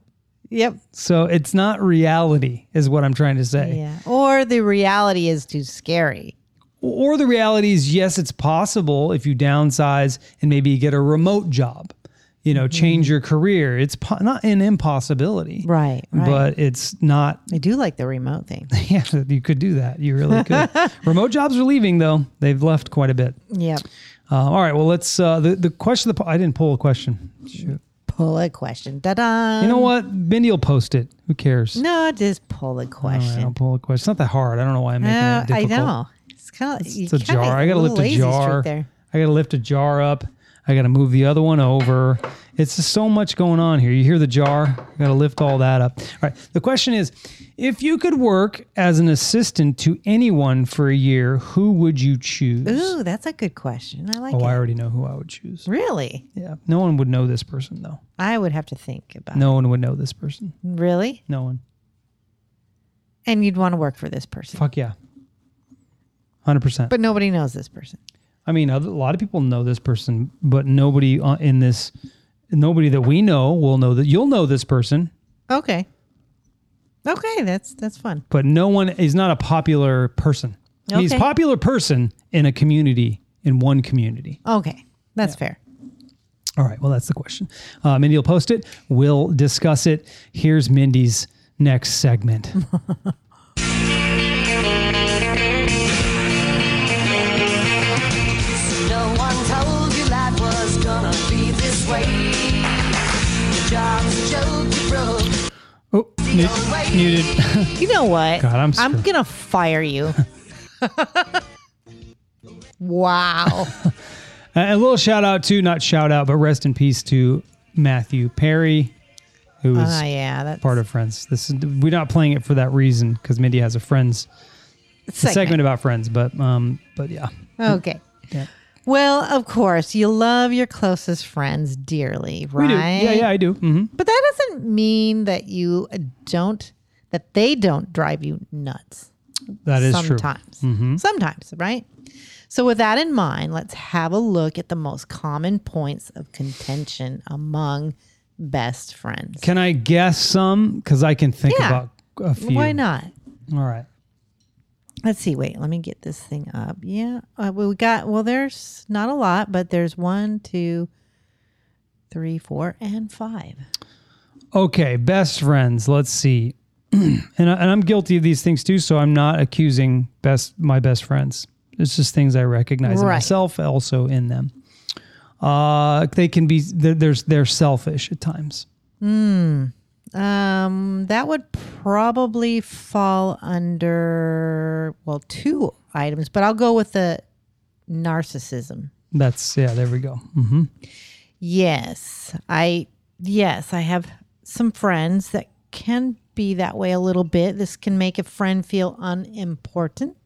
Speaker 3: Yep.
Speaker 2: So it's not reality, is what I'm trying to say.
Speaker 3: Yeah. Or the reality is too scary.
Speaker 2: Or the reality is, yes, it's possible if you downsize and maybe get a remote job, you know, change your career. It's po- not an impossibility,
Speaker 3: Mm-hmm. Right. Right.
Speaker 2: but it's not.
Speaker 3: I do like the remote thing.
Speaker 2: Yeah, you could do that. You really could. remote jobs are leaving, though. They've left quite a bit.
Speaker 3: Yep.
Speaker 2: Uh, all right. Well, let's. Uh, the the question. Of the, po- I didn't pull a question. Shoot.
Speaker 3: Pull a question. Da da.
Speaker 2: You know what? Bendy will post it. Who cares?
Speaker 3: No, just pull a
Speaker 2: All right, I'll
Speaker 3: question.
Speaker 2: pull a question. It's not that hard. I don't know why I'm making
Speaker 3: No,
Speaker 2: it
Speaker 3: Uh, I
Speaker 2: difficult.
Speaker 3: know. It's kind of
Speaker 2: It's a jar. I gotta lift a jar.
Speaker 3: There.
Speaker 2: I gotta lift a jar up. I gotta move the other one over. It's just so much going on here. You hear the jar? I gotta lift all that up. All right. The question is, if you could work as an assistant to anyone for a year, who would you choose?
Speaker 3: Ooh, that's a good question. I like
Speaker 2: oh, I
Speaker 3: it.
Speaker 2: already know who I would choose.
Speaker 3: Really?
Speaker 2: Yeah. No one would know this person though.
Speaker 3: I would have to think about.
Speaker 2: No one would know this person.
Speaker 3: Really?
Speaker 2: No one.
Speaker 3: And you'd want to work for this person,
Speaker 2: Fuck yeah. Hundred percent.
Speaker 3: but nobody knows this person.
Speaker 2: I mean, other- a lot of people know this person, but nobody uh, in this, nobody that we know will know that you'll know this person,
Speaker 3: Okay. Okay, that's that's fun.
Speaker 2: but no one is not a popular person. I mean, he's a
Speaker 3: Okay.
Speaker 2: popular person in a community, in one community.
Speaker 3: Okay, that's fair.
Speaker 2: All right. Well, that's the question. Uh, Mindy will post it. We'll discuss it. Here's Mindy's next segment.
Speaker 5: No one told you life was gonna be this way. Your job's a joke, you broke.
Speaker 2: oh, mute, muted.
Speaker 3: You know what?
Speaker 2: God, I'm
Speaker 3: I'm
Speaker 2: screwed.
Speaker 3: gonna fire you. wow.
Speaker 2: Uh, a little shout out to, not shout out, but rest in peace to Matthew Perry, who
Speaker 3: Oh
Speaker 2: was
Speaker 3: yeah, that's
Speaker 2: part of Friends. This is, we're not playing it for that reason because Mindy has a Friends segment, about Friends, but um, but yeah,
Speaker 3: Okay.
Speaker 2: Yeah.
Speaker 3: Well, of course, you love your closest friends dearly,
Speaker 2: we
Speaker 3: right?
Speaker 2: do. Yeah, yeah, I do. hmm
Speaker 3: But that doesn't mean that you don't that they don't drive you nuts.
Speaker 2: That is true. Mm-hmm.
Speaker 3: sometimes. Sometimes, right? So with that in mind, let's have a look at the most common points of contention among best friends.
Speaker 2: Can I guess some? Because I can think
Speaker 3: Yeah.
Speaker 2: about a few.
Speaker 3: Why not?
Speaker 2: All right.
Speaker 3: Let's see. Wait, let me get this thing up. Yeah. Uh, well, we got, well, there's not a lot, but there's one, two, three, four, and five.
Speaker 2: Okay, best friends. Let's see. and, I, and I'm guilty of these things too, so I'm not accusing best my best friends. It's just things I recognize in
Speaker 3: Right.
Speaker 2: myself, also in them. Uh, they can be they're, they're, they're selfish at times.
Speaker 3: Um, that would probably fall under, well, two items, but I'll go with the narcissism.
Speaker 2: That's yeah. There we go. hmm
Speaker 3: Yes, I yes, I have some friends that can be that way a little
Speaker 2: Mm-hmm.
Speaker 3: bit. This can make a friend feel unimportant.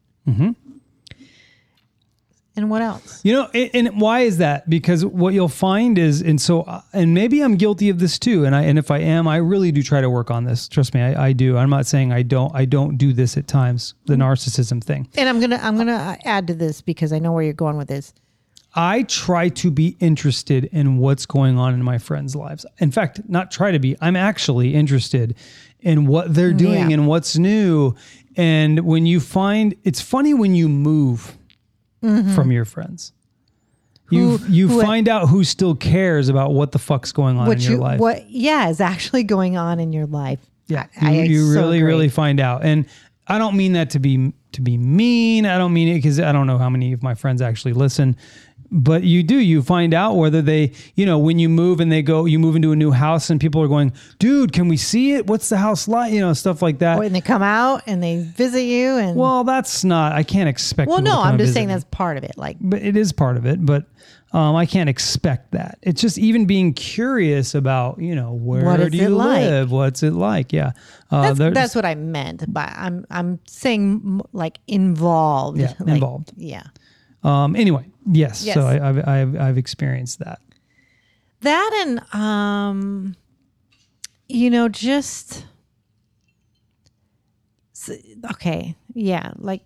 Speaker 3: And what else?
Speaker 2: You know, and, and why is that? Because what you'll find is, and so, uh, and maybe I'm guilty of this too. And I, and if I am, I really do try to work on this. Trust me, I, I do. I'm not saying I don't. I don't do this at times. The narcissism thing.
Speaker 3: And I'm gonna I'm gonna uh, add to this because I know where you're going with this.
Speaker 2: I try to be interested in what's going on in my friends' lives. In fact, not try to be, I'm actually interested in what they're doing
Speaker 3: Yeah.
Speaker 2: and what's new. And when you find it's funny when you move from your friends. You
Speaker 3: Mm-hmm. Who-
Speaker 2: you
Speaker 3: who-
Speaker 2: find out who still cares about what the fuck's going on
Speaker 3: What
Speaker 2: in your
Speaker 3: you
Speaker 2: life.
Speaker 3: what yeah is actually going on in your life.
Speaker 2: Yeah, you,
Speaker 3: I- I
Speaker 2: you
Speaker 3: so
Speaker 2: really,
Speaker 3: agree.
Speaker 2: really find out. And I don't mean that to be to be mean. I don't mean it because I don't know how many of my friends actually listen. But you do. You find out whether they, you know, when you move and they go, you move into a new house and people are going, dude, can we see it? What's the house like? You know, stuff like that.
Speaker 3: Or- and they come out and they visit you and
Speaker 2: well, that's not. I can't expect.
Speaker 3: Well,
Speaker 2: people to
Speaker 3: no,
Speaker 2: come
Speaker 3: I'm
Speaker 2: and
Speaker 3: just
Speaker 2: visit
Speaker 3: saying
Speaker 2: me.
Speaker 3: that's part of it. Like
Speaker 2: But it is part of it. But um, I can't expect that. It's just even being curious about, you know, where
Speaker 3: What is
Speaker 2: do
Speaker 3: it
Speaker 2: you
Speaker 3: like?
Speaker 2: live? What's it like? Yeah, uh,
Speaker 3: that's,
Speaker 2: there's-
Speaker 3: that's what I meant, but I'm I'm saying m- like involved.
Speaker 2: Yeah,
Speaker 3: like,
Speaker 2: involved.
Speaker 3: Yeah.
Speaker 2: Um, anyway, yes.
Speaker 3: Yes.
Speaker 2: So I, I've, I've, I've experienced that.
Speaker 3: That and um you know just s- okay, yeah, like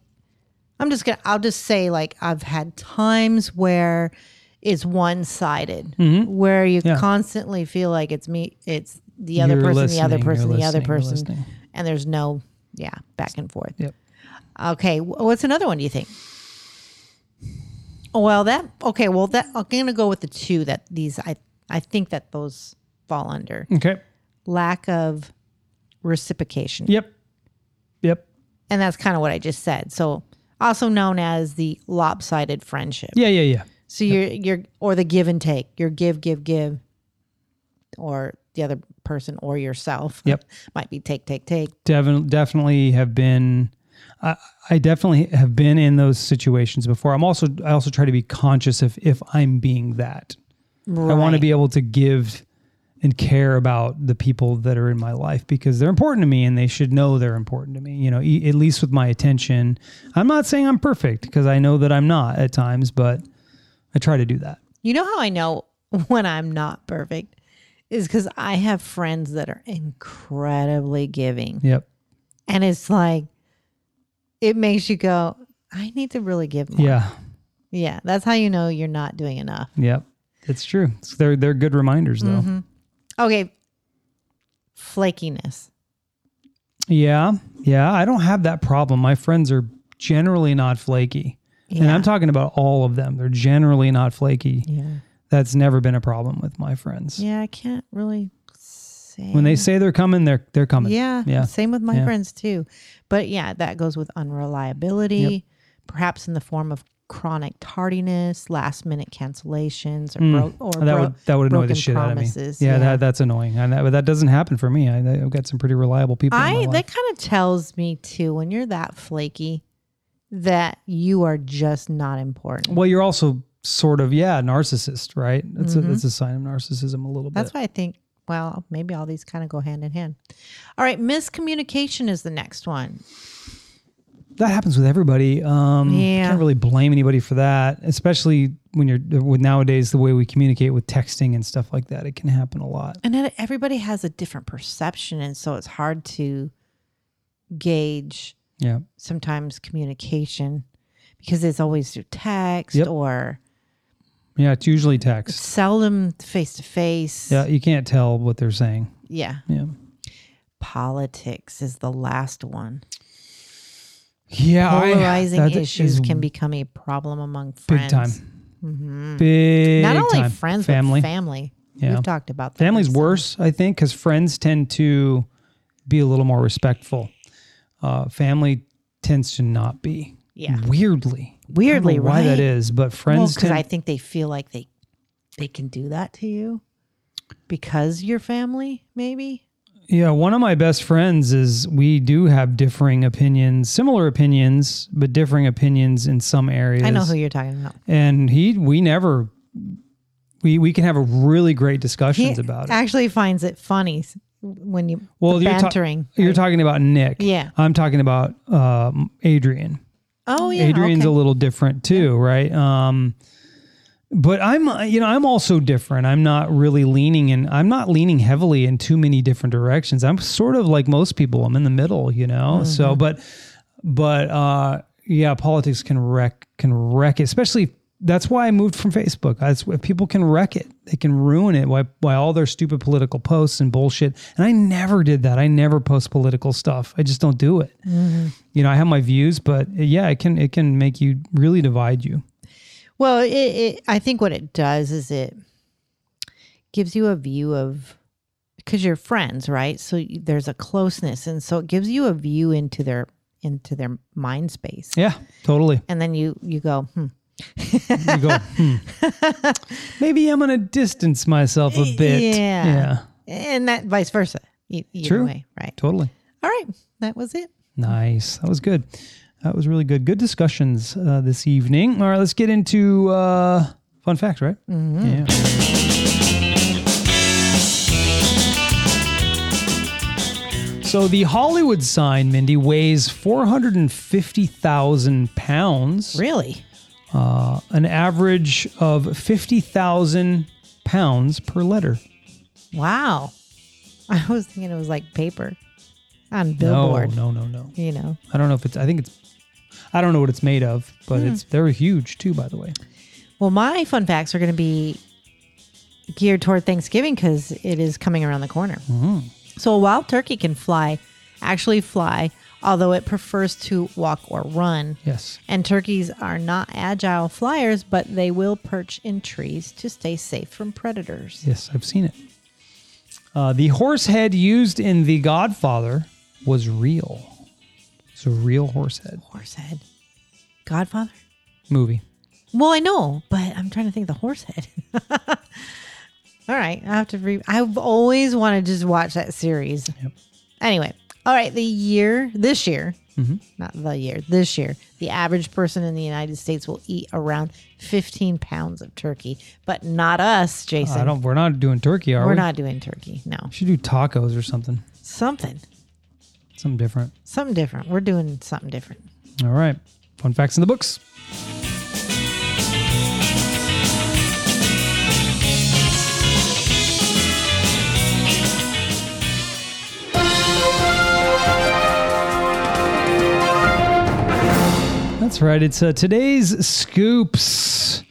Speaker 3: I'm just going to I'll just say like I've had times where it's one-sided where you
Speaker 2: Mm-hmm. Yeah.
Speaker 3: constantly feel like it's me it's the other
Speaker 2: You're
Speaker 3: person, the other
Speaker 2: listening, you're
Speaker 3: person, the other
Speaker 2: listening, you're
Speaker 3: person
Speaker 2: listening.
Speaker 3: and there's no yeah, back and forth.
Speaker 2: Yep.
Speaker 3: Okay, wh- what's another one? Do you think? Well, that okay. Well, that I'm gonna go with the two that these I I think that those fall under
Speaker 2: Okay.
Speaker 3: lack of reciprocation,
Speaker 2: Yep. Yep.
Speaker 3: and that's kind of what I just said. So also known as the lopsided friendship.
Speaker 2: Yeah. Yeah. Yeah.
Speaker 3: So you're you're or the give and take. You're give give give, or the other person or yourself.
Speaker 2: Yep.
Speaker 3: might be take take take.
Speaker 2: Devin, definitely have been. I, I definitely have been in those situations before. I'm also. I also try to be conscious of if I'm being that. I want to
Speaker 3: Right.
Speaker 2: be able to give and care about the people that are in my life because they're important to me and they should know they're important to me, you know, e- at least with my attention. I'm not saying I'm perfect because I know that I'm not at times, but I try to do that.
Speaker 3: You know how I know when I'm not perfect is because I have friends that are incredibly giving.
Speaker 2: Yep.
Speaker 3: And it's like, it makes you go, I need to really give more.
Speaker 2: Yeah.
Speaker 3: Yeah, That's how you know you're not doing enough.
Speaker 2: Yep. It's true. It's- they're they're good reminders though.
Speaker 3: Mm-hmm. Okay. Flakiness.
Speaker 2: Yeah. Yeah, I don't have that problem. My friends are generally not flaky. And
Speaker 3: Yeah.
Speaker 2: I'm talking about all of them. They're generally not flaky.
Speaker 3: Yeah.
Speaker 2: That's never been a problem with my friends.
Speaker 3: Yeah. I can't really say.
Speaker 2: When they say they're coming, they're they're coming.
Speaker 3: yeah.
Speaker 2: Yeah.
Speaker 3: Same with my
Speaker 2: Yeah.
Speaker 3: friends too. But yeah, that goes with unreliability, perhaps in the form of chronic tardiness, last minute cancellations, or, bro- or
Speaker 2: Hmm. that
Speaker 3: bro-
Speaker 2: would that would annoy the
Speaker 3: broken
Speaker 2: shit
Speaker 3: promises.
Speaker 2: out of me. Yeah, That, that's annoying, and that, but that doesn't happen for me. I, I've got some pretty reliable people. in my
Speaker 3: I
Speaker 2: life.
Speaker 3: that kind of tells me too when you're that flaky that you are just not important.
Speaker 2: well, you're also sort of yeah, narcissist, right? That's a, that's a sign of narcissism a little
Speaker 3: Mm-hmm. That's
Speaker 2: bit.
Speaker 3: why I think. Well, maybe all these kind of go hand in hand. All right, miscommunication is the next one.
Speaker 2: That happens with everybody. Um,
Speaker 3: Yeah.
Speaker 2: can't really blame anybody for that, especially when you're with nowadays the way we communicate with texting and stuff like that. It can happen a lot.
Speaker 3: And then everybody has a different perception, and so it's hard to gauge
Speaker 2: Yeah,
Speaker 3: sometimes communication because it's always through text
Speaker 2: Yep.
Speaker 3: or
Speaker 2: yeah, it's usually text.
Speaker 3: seldom face to face.
Speaker 2: Yeah, you can't tell what they're saying.
Speaker 3: Yeah.
Speaker 2: Yeah.
Speaker 3: Politics is the last one.
Speaker 2: Yeah, I-
Speaker 3: Polarizing
Speaker 2: that is
Speaker 3: issues can become a problem among friends.
Speaker 2: big time.
Speaker 3: Mm-hmm.
Speaker 2: Big
Speaker 3: Not only
Speaker 2: time.
Speaker 3: friends,
Speaker 2: family.
Speaker 3: but family.
Speaker 2: Yeah.
Speaker 3: We've talked about that.
Speaker 2: Family's
Speaker 3: recently.
Speaker 2: worse, I think, because friends tend to be a little more respectful. Uh, family tends to not be.
Speaker 3: Yeah.
Speaker 2: Weirdly. I
Speaker 3: Weirdly,
Speaker 2: don't know why
Speaker 3: right?
Speaker 2: that is, but
Speaker 3: Well,
Speaker 2: friends
Speaker 3: because I
Speaker 2: tend.
Speaker 3: think they feel like they they can do that to you because you're family, maybe.
Speaker 2: yeah, one of my best friends is we do have differing opinions, similar opinions, but differing opinions in some areas.
Speaker 3: I know who you're talking about.
Speaker 2: and he, we never. We, we can have a really great
Speaker 3: He
Speaker 2: discussions about it.
Speaker 3: actually finds it funny s- when you
Speaker 2: Well,
Speaker 3: the
Speaker 2: you're ta-
Speaker 3: bantering.
Speaker 2: You're talking about Nick.
Speaker 3: Yeah.
Speaker 2: I'm talking about um, Adrian.
Speaker 3: Oh yeah.
Speaker 2: Adrian's
Speaker 3: okay.
Speaker 2: a little different too, right? Um, but I'm, uh, you know, I'm also different. I'm not really leaning in. I'm not leaning heavily in too many different directions. I'm sort of like most people. I'm in the middle, you know.
Speaker 3: Mm-hmm.
Speaker 2: So, but, but, uh, yeah, politics can wreck, can wreck it. Especially that's why I moved from Facebook. That's why people can wreck it. They can ruin it. Why, why all their stupid political posts and bullshit. And I never did that. I never post political stuff. I just don't do it you know, I have my views, but yeah, it can it can make you really divide you.
Speaker 3: Well, it, it, I think what it does is it gives you a view of because you're friends, right? So you, there's a closeness, and so it gives you a view into their into their mind space,
Speaker 2: Yeah, totally.
Speaker 3: and then you you go, hmm,
Speaker 2: You go, hmm, maybe I'm gonna distance myself a bit.
Speaker 3: Yeah.
Speaker 2: yeah,
Speaker 3: and that vice versa. E- either
Speaker 2: True.
Speaker 3: way, right?
Speaker 2: totally.
Speaker 3: All right, that was it.
Speaker 2: Nice. That was good. That was really good. Good discussions uh, this evening. All right, let's get into uh, fun facts, right? Yeah. So the Hollywood sign, Mindy, weighs 450,000 pounds.
Speaker 3: Really?
Speaker 2: uh, an average of 50,000 pounds per letter.
Speaker 3: Wow. I was thinking it was like paper on billboard.
Speaker 2: No, no, no, no.
Speaker 3: You know,
Speaker 2: I don't know if it's, I think it's, I don't know what it's made of, but
Speaker 3: Hmm.
Speaker 2: it's, they're huge too, by the way.
Speaker 3: Well, my fun facts are going to be geared toward Thanksgiving because it is coming around the corner.
Speaker 2: Mm-hmm.
Speaker 3: So, a wild turkey can fly, actually fly, although it prefers to walk or run.
Speaker 2: Yes.
Speaker 3: And turkeys are not agile flyers, but they will perch in trees to stay safe from predators.
Speaker 2: Yes, I've seen it. Uh, the horse head used in The Godfather was real. It's a real horse head
Speaker 3: Horse head. Godfather?
Speaker 2: movie.
Speaker 3: Well, I know, but I'm trying to think of the horse head. all right, I have to re I've always wanted to just watch that series.
Speaker 2: Yep.
Speaker 3: Anyway, all right, the year this year,
Speaker 2: Mm-hmm.
Speaker 3: not the year, this year, the average person in the United States will eat around 15 pounds of turkey, but not us, Jason.
Speaker 2: Oh, I don't, we're not doing turkey, are
Speaker 3: We're
Speaker 2: we?
Speaker 3: not doing turkey. No.
Speaker 2: We should do tacos or something,
Speaker 3: Something.
Speaker 2: something different.
Speaker 3: Something different. We're doing something different.
Speaker 2: All right. Fun facts in the books. That's right. It's uh, today's scoops.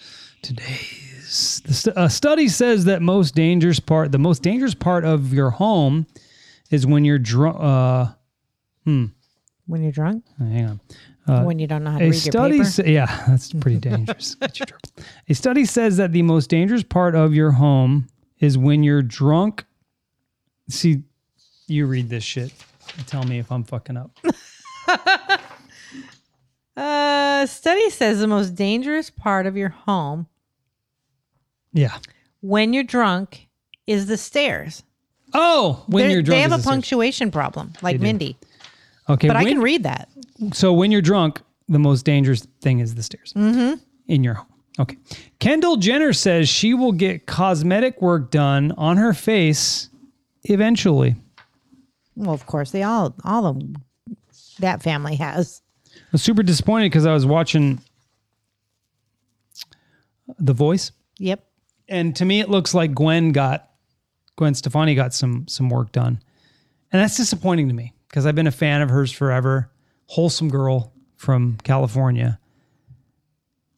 Speaker 2: Today's the st- a study says that most dangerous part, the most dangerous part of your home, is when you're drunk. Uh,
Speaker 3: When you're drunk,
Speaker 2: hang on.
Speaker 3: when you don't know how to
Speaker 2: Uh, A
Speaker 3: read
Speaker 2: study,
Speaker 3: your paper.
Speaker 2: sa- yeah, that's pretty dangerous. Get you drunk. a study says that the most dangerous part of your home is when you're drunk. See, you read this shit. and Tell me if I'm fucking up.
Speaker 3: Uh, study says the most dangerous part of your home
Speaker 2: Yeah.
Speaker 3: when you're drunk is the stairs.
Speaker 2: Oh, when
Speaker 3: They're-
Speaker 2: you're drunk.
Speaker 3: they have
Speaker 2: is
Speaker 3: a
Speaker 2: the search.
Speaker 3: punctuation problem, like
Speaker 2: do.
Speaker 3: Mindy.
Speaker 2: Okay,
Speaker 3: But I
Speaker 2: when-
Speaker 3: can read that.
Speaker 2: so when you're drunk, the most dangerous thing is the stairs
Speaker 3: Mm-hmm.
Speaker 2: in your home. Okay. Kendall Jenner says she will get cosmetic work done on her face eventually.
Speaker 3: Well, of course, they all all of that family has.
Speaker 2: was super disappointed because I was watching The Voice,
Speaker 3: Yep.
Speaker 2: and to me, it looks like Gwen got Gwen Stefani got some some work done, and that's disappointing to me because I've been a fan of hers forever. Wholesome girl from California,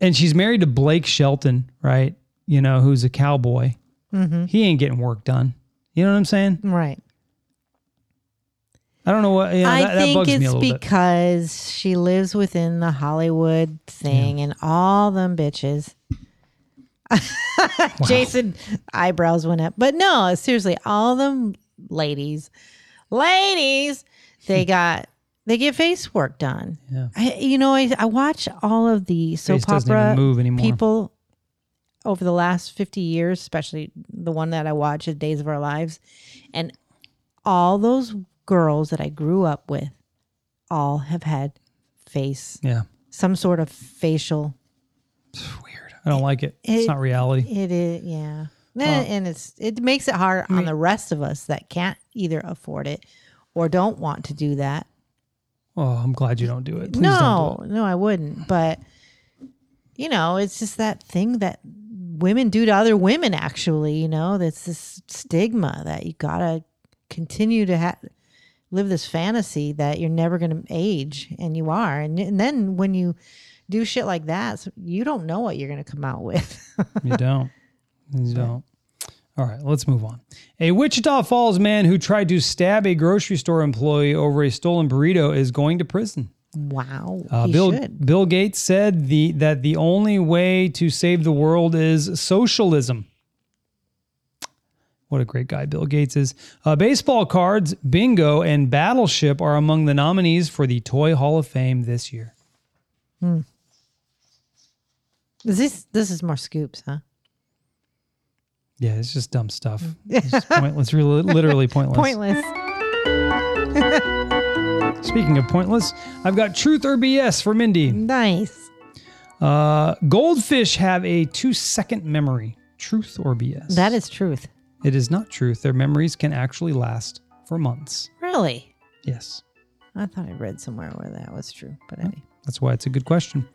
Speaker 2: and she's married to Blake Shelton, right? You know, who's a cowboy.
Speaker 3: Mm-hmm.
Speaker 2: He ain't getting work done. You know what I'm saying?
Speaker 3: Right.
Speaker 2: I don't know what. You know,
Speaker 3: I
Speaker 2: that, that
Speaker 3: think
Speaker 2: bugs me a
Speaker 3: it's
Speaker 2: little bit.
Speaker 3: because she lives within the Hollywood thing and all them bitches. Jason eyebrows went up. But no, seriously, all them ladies, ladies, they got they get face work done.
Speaker 2: Yeah.
Speaker 3: I, you know, I, I watch all of the soap
Speaker 2: Face doesn't
Speaker 3: opera
Speaker 2: even move anymore.
Speaker 3: people over the last 50 years, especially the one that I watch is Days of Our Lives. And all those girls that I grew up with all have had face,
Speaker 2: Yeah,
Speaker 3: some sort of facial.
Speaker 2: it's weird. I don't like it. It's
Speaker 3: it-
Speaker 2: not reality.
Speaker 3: It is, yeah. Eh, and it's it makes it hard on the rest of us that can't either afford it or don't want to do that.
Speaker 2: Oh, I'm glad you don't do it. Please
Speaker 3: no, no, I wouldn't. But you know, it's just that thing that women do to other women. Actually, you know, that's this stigma that you gotta continue to ha- live this fantasy that you're never gonna age, and you are. And, and then when you do shit like that, so you don't know what you're gonna come out with.
Speaker 2: Don't do it. You don't. You don't. All right, let's move on. A Wichita Falls man who tried to stab a grocery store employee over a stolen burrito is going to prison.
Speaker 3: wow,
Speaker 2: Uh,
Speaker 3: you
Speaker 2: Bill
Speaker 3: should.
Speaker 2: Bill Gates said the that the only way to save the world is socialism. What a great guy Bill Gates is. Uh, baseball cards, bingo, and Battleship are among the nominees for the Toy Hall of Fame this year.
Speaker 3: Is this this is more scoops, huh?
Speaker 2: Yeah, it's just dumb stuff. It's just pointless, really, literally pointless.
Speaker 3: Mm. Pointless.
Speaker 2: Speaking of pointless, I've got truth or BS for
Speaker 3: Mm.
Speaker 2: Mindy.
Speaker 3: Nice.
Speaker 2: Uh, goldfish have a two-second memory. Truth or BS?
Speaker 3: That is truth.
Speaker 2: It is not truth. Their memories can actually last for months.
Speaker 3: Really?
Speaker 2: Yes.
Speaker 3: I thought I read somewhere where that was true, but anyway.
Speaker 2: That's why it's a good question.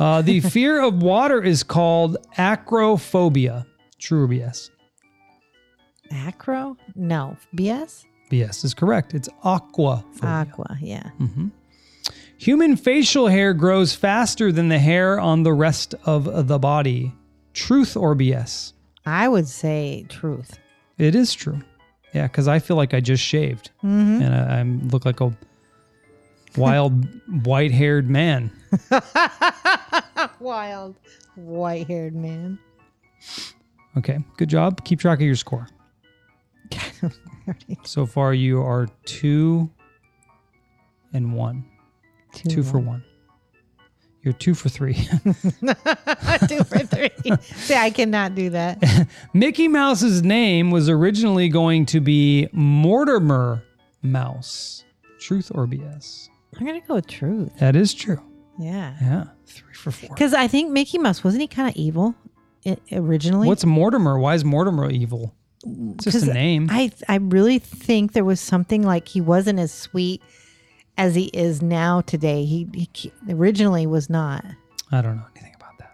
Speaker 2: Uh, the fear of water is called acrophobia. True or BS?
Speaker 3: Acro? No. BS?
Speaker 2: BS is correct. It's aquaphobia.
Speaker 3: Aqua, yeah.
Speaker 2: Hmm. Human facial hair grows faster than the hair on the rest of the body. Truth or BS?
Speaker 3: I would say truth.
Speaker 2: It is true. Yeah, because I feel like I just shaved and I, I look like a wild, white haired man.
Speaker 3: Wild, white haired man.
Speaker 2: Okay, good job. Keep track of your score. so far, you are two and one. Two, for one. You're two for three.
Speaker 3: Two for three. See, I cannot do that.
Speaker 2: Mickey Mouse's name was originally going to be Mortimer Mouse. Truth or BS?
Speaker 3: I'm going to go with truth.
Speaker 2: That is true.
Speaker 3: Yeah.
Speaker 2: Yeah, three for four.
Speaker 3: Because I think Mickey Mouse, wasn't he kind of evil i- originally?
Speaker 2: What's Mortimer? Why is Mortimer evil? It's just a
Speaker 3: 'Cause
Speaker 2: name.
Speaker 3: I I really think there was something like he wasn't as sweet as he is now today. He, he ke- originally was not.
Speaker 2: I don't know anything about that.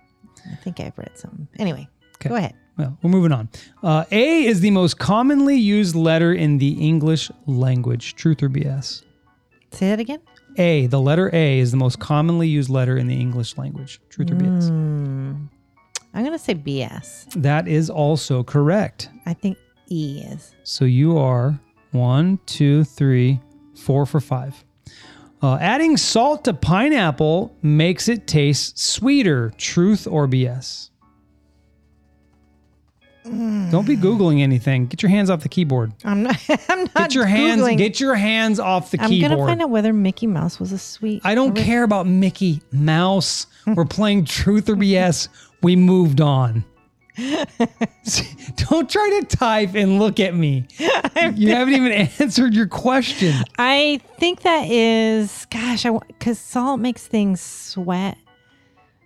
Speaker 3: I think I've read something. Anyway,
Speaker 2: Okay.
Speaker 3: go ahead.
Speaker 2: Well, we're moving on. Uh, a is the most commonly used letter in the English language. Truth or BS?
Speaker 3: Say that again.
Speaker 2: A, the letter A is the most commonly used letter in the English language. Truth or
Speaker 3: Hmm.
Speaker 2: BS?
Speaker 3: I'm gonna say BS.
Speaker 2: That is also correct.
Speaker 3: I think E is.
Speaker 2: So you are one, two, three, four for five. Uh, adding salt to pineapple makes it taste sweeter. Truth or BS? Don't be googling anything. Get your hands off the keyboard.
Speaker 3: Mm. I'm not. I'm not.
Speaker 2: Get your hands.
Speaker 3: Googling.
Speaker 2: Get your hands off the
Speaker 3: I'm
Speaker 2: keyboard.
Speaker 3: gonna find out whether Mickey Mouse was a sweet.
Speaker 2: I don't care about Mickey Mouse. We're playing Truth or BS. We moved on. don't try to type and look at me. You haven't even answered your question.
Speaker 3: I think that is. Gosh, I because salt makes things sweat.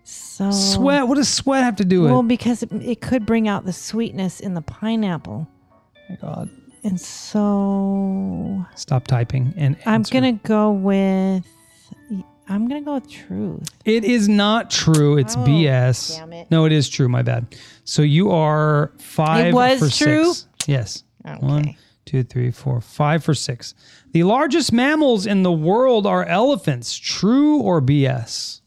Speaker 3: So
Speaker 2: Sweat. What does sweat have to do with?
Speaker 3: Oh. Well,
Speaker 2: Oh
Speaker 3: because it, it could bring out the sweetness in the pineapple,
Speaker 2: my God.
Speaker 3: and so
Speaker 2: Stop typing and
Speaker 3: I'm
Speaker 2: answer.
Speaker 3: gonna go with. I'm gonna go with truth.
Speaker 2: It is not true. It's BS.
Speaker 3: Oh, damn it.
Speaker 2: No, it is true. My bad. So you are five.
Speaker 3: It was
Speaker 2: for
Speaker 3: true?
Speaker 2: Six. Yes.
Speaker 3: Okay.
Speaker 2: One, two, three, four, five for six. The largest mammals in the world are elephants. True or BS?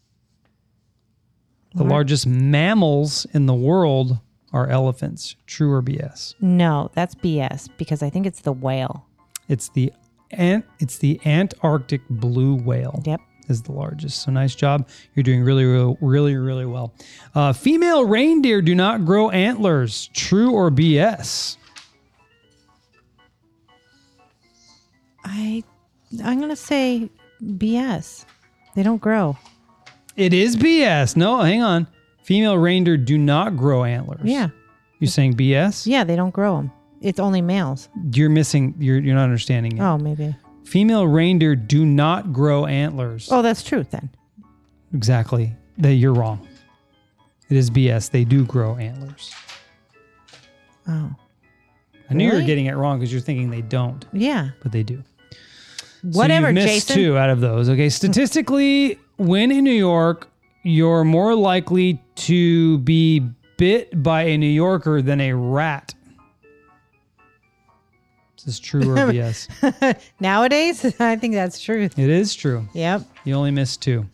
Speaker 2: The largest mammals in the world are elephants. True or BS?
Speaker 3: No, that's BS because I think it's the whale.
Speaker 2: It's the ant. It's the Antarctic blue whale.
Speaker 3: Yep.
Speaker 2: is the largest. So nice job. You're doing really, really, really, really well. Uh, female reindeer do not grow antlers. True or BS?
Speaker 3: I I'm gonna say BS. They don't grow.
Speaker 2: It is BS. No, hang on. Female reindeer do not grow antlers.
Speaker 3: Yeah,
Speaker 2: You're saying BS?
Speaker 3: yeah, they don't grow them. It's only males.
Speaker 2: You're missing. You're you're not understanding it.
Speaker 3: Oh, maybe.
Speaker 2: Female reindeer do not grow antlers.
Speaker 3: Oh, that's truth then.
Speaker 2: Exactly. That you're wrong. It is BS. They do grow antlers.
Speaker 3: Oh,
Speaker 2: I knew you were
Speaker 3: Really?
Speaker 2: getting it wrong because you're thinking they don't,
Speaker 3: yeah.
Speaker 2: but they do.
Speaker 3: Whatever,
Speaker 2: you missed
Speaker 3: Jason.
Speaker 2: two out of those. Okay, statistically, when in New York, you're more likely to be bit by a New Yorker than a rat. Is this true or BS?
Speaker 3: Nowadays, I think that's true.
Speaker 2: It is true.
Speaker 3: Yep.
Speaker 2: You only missed two.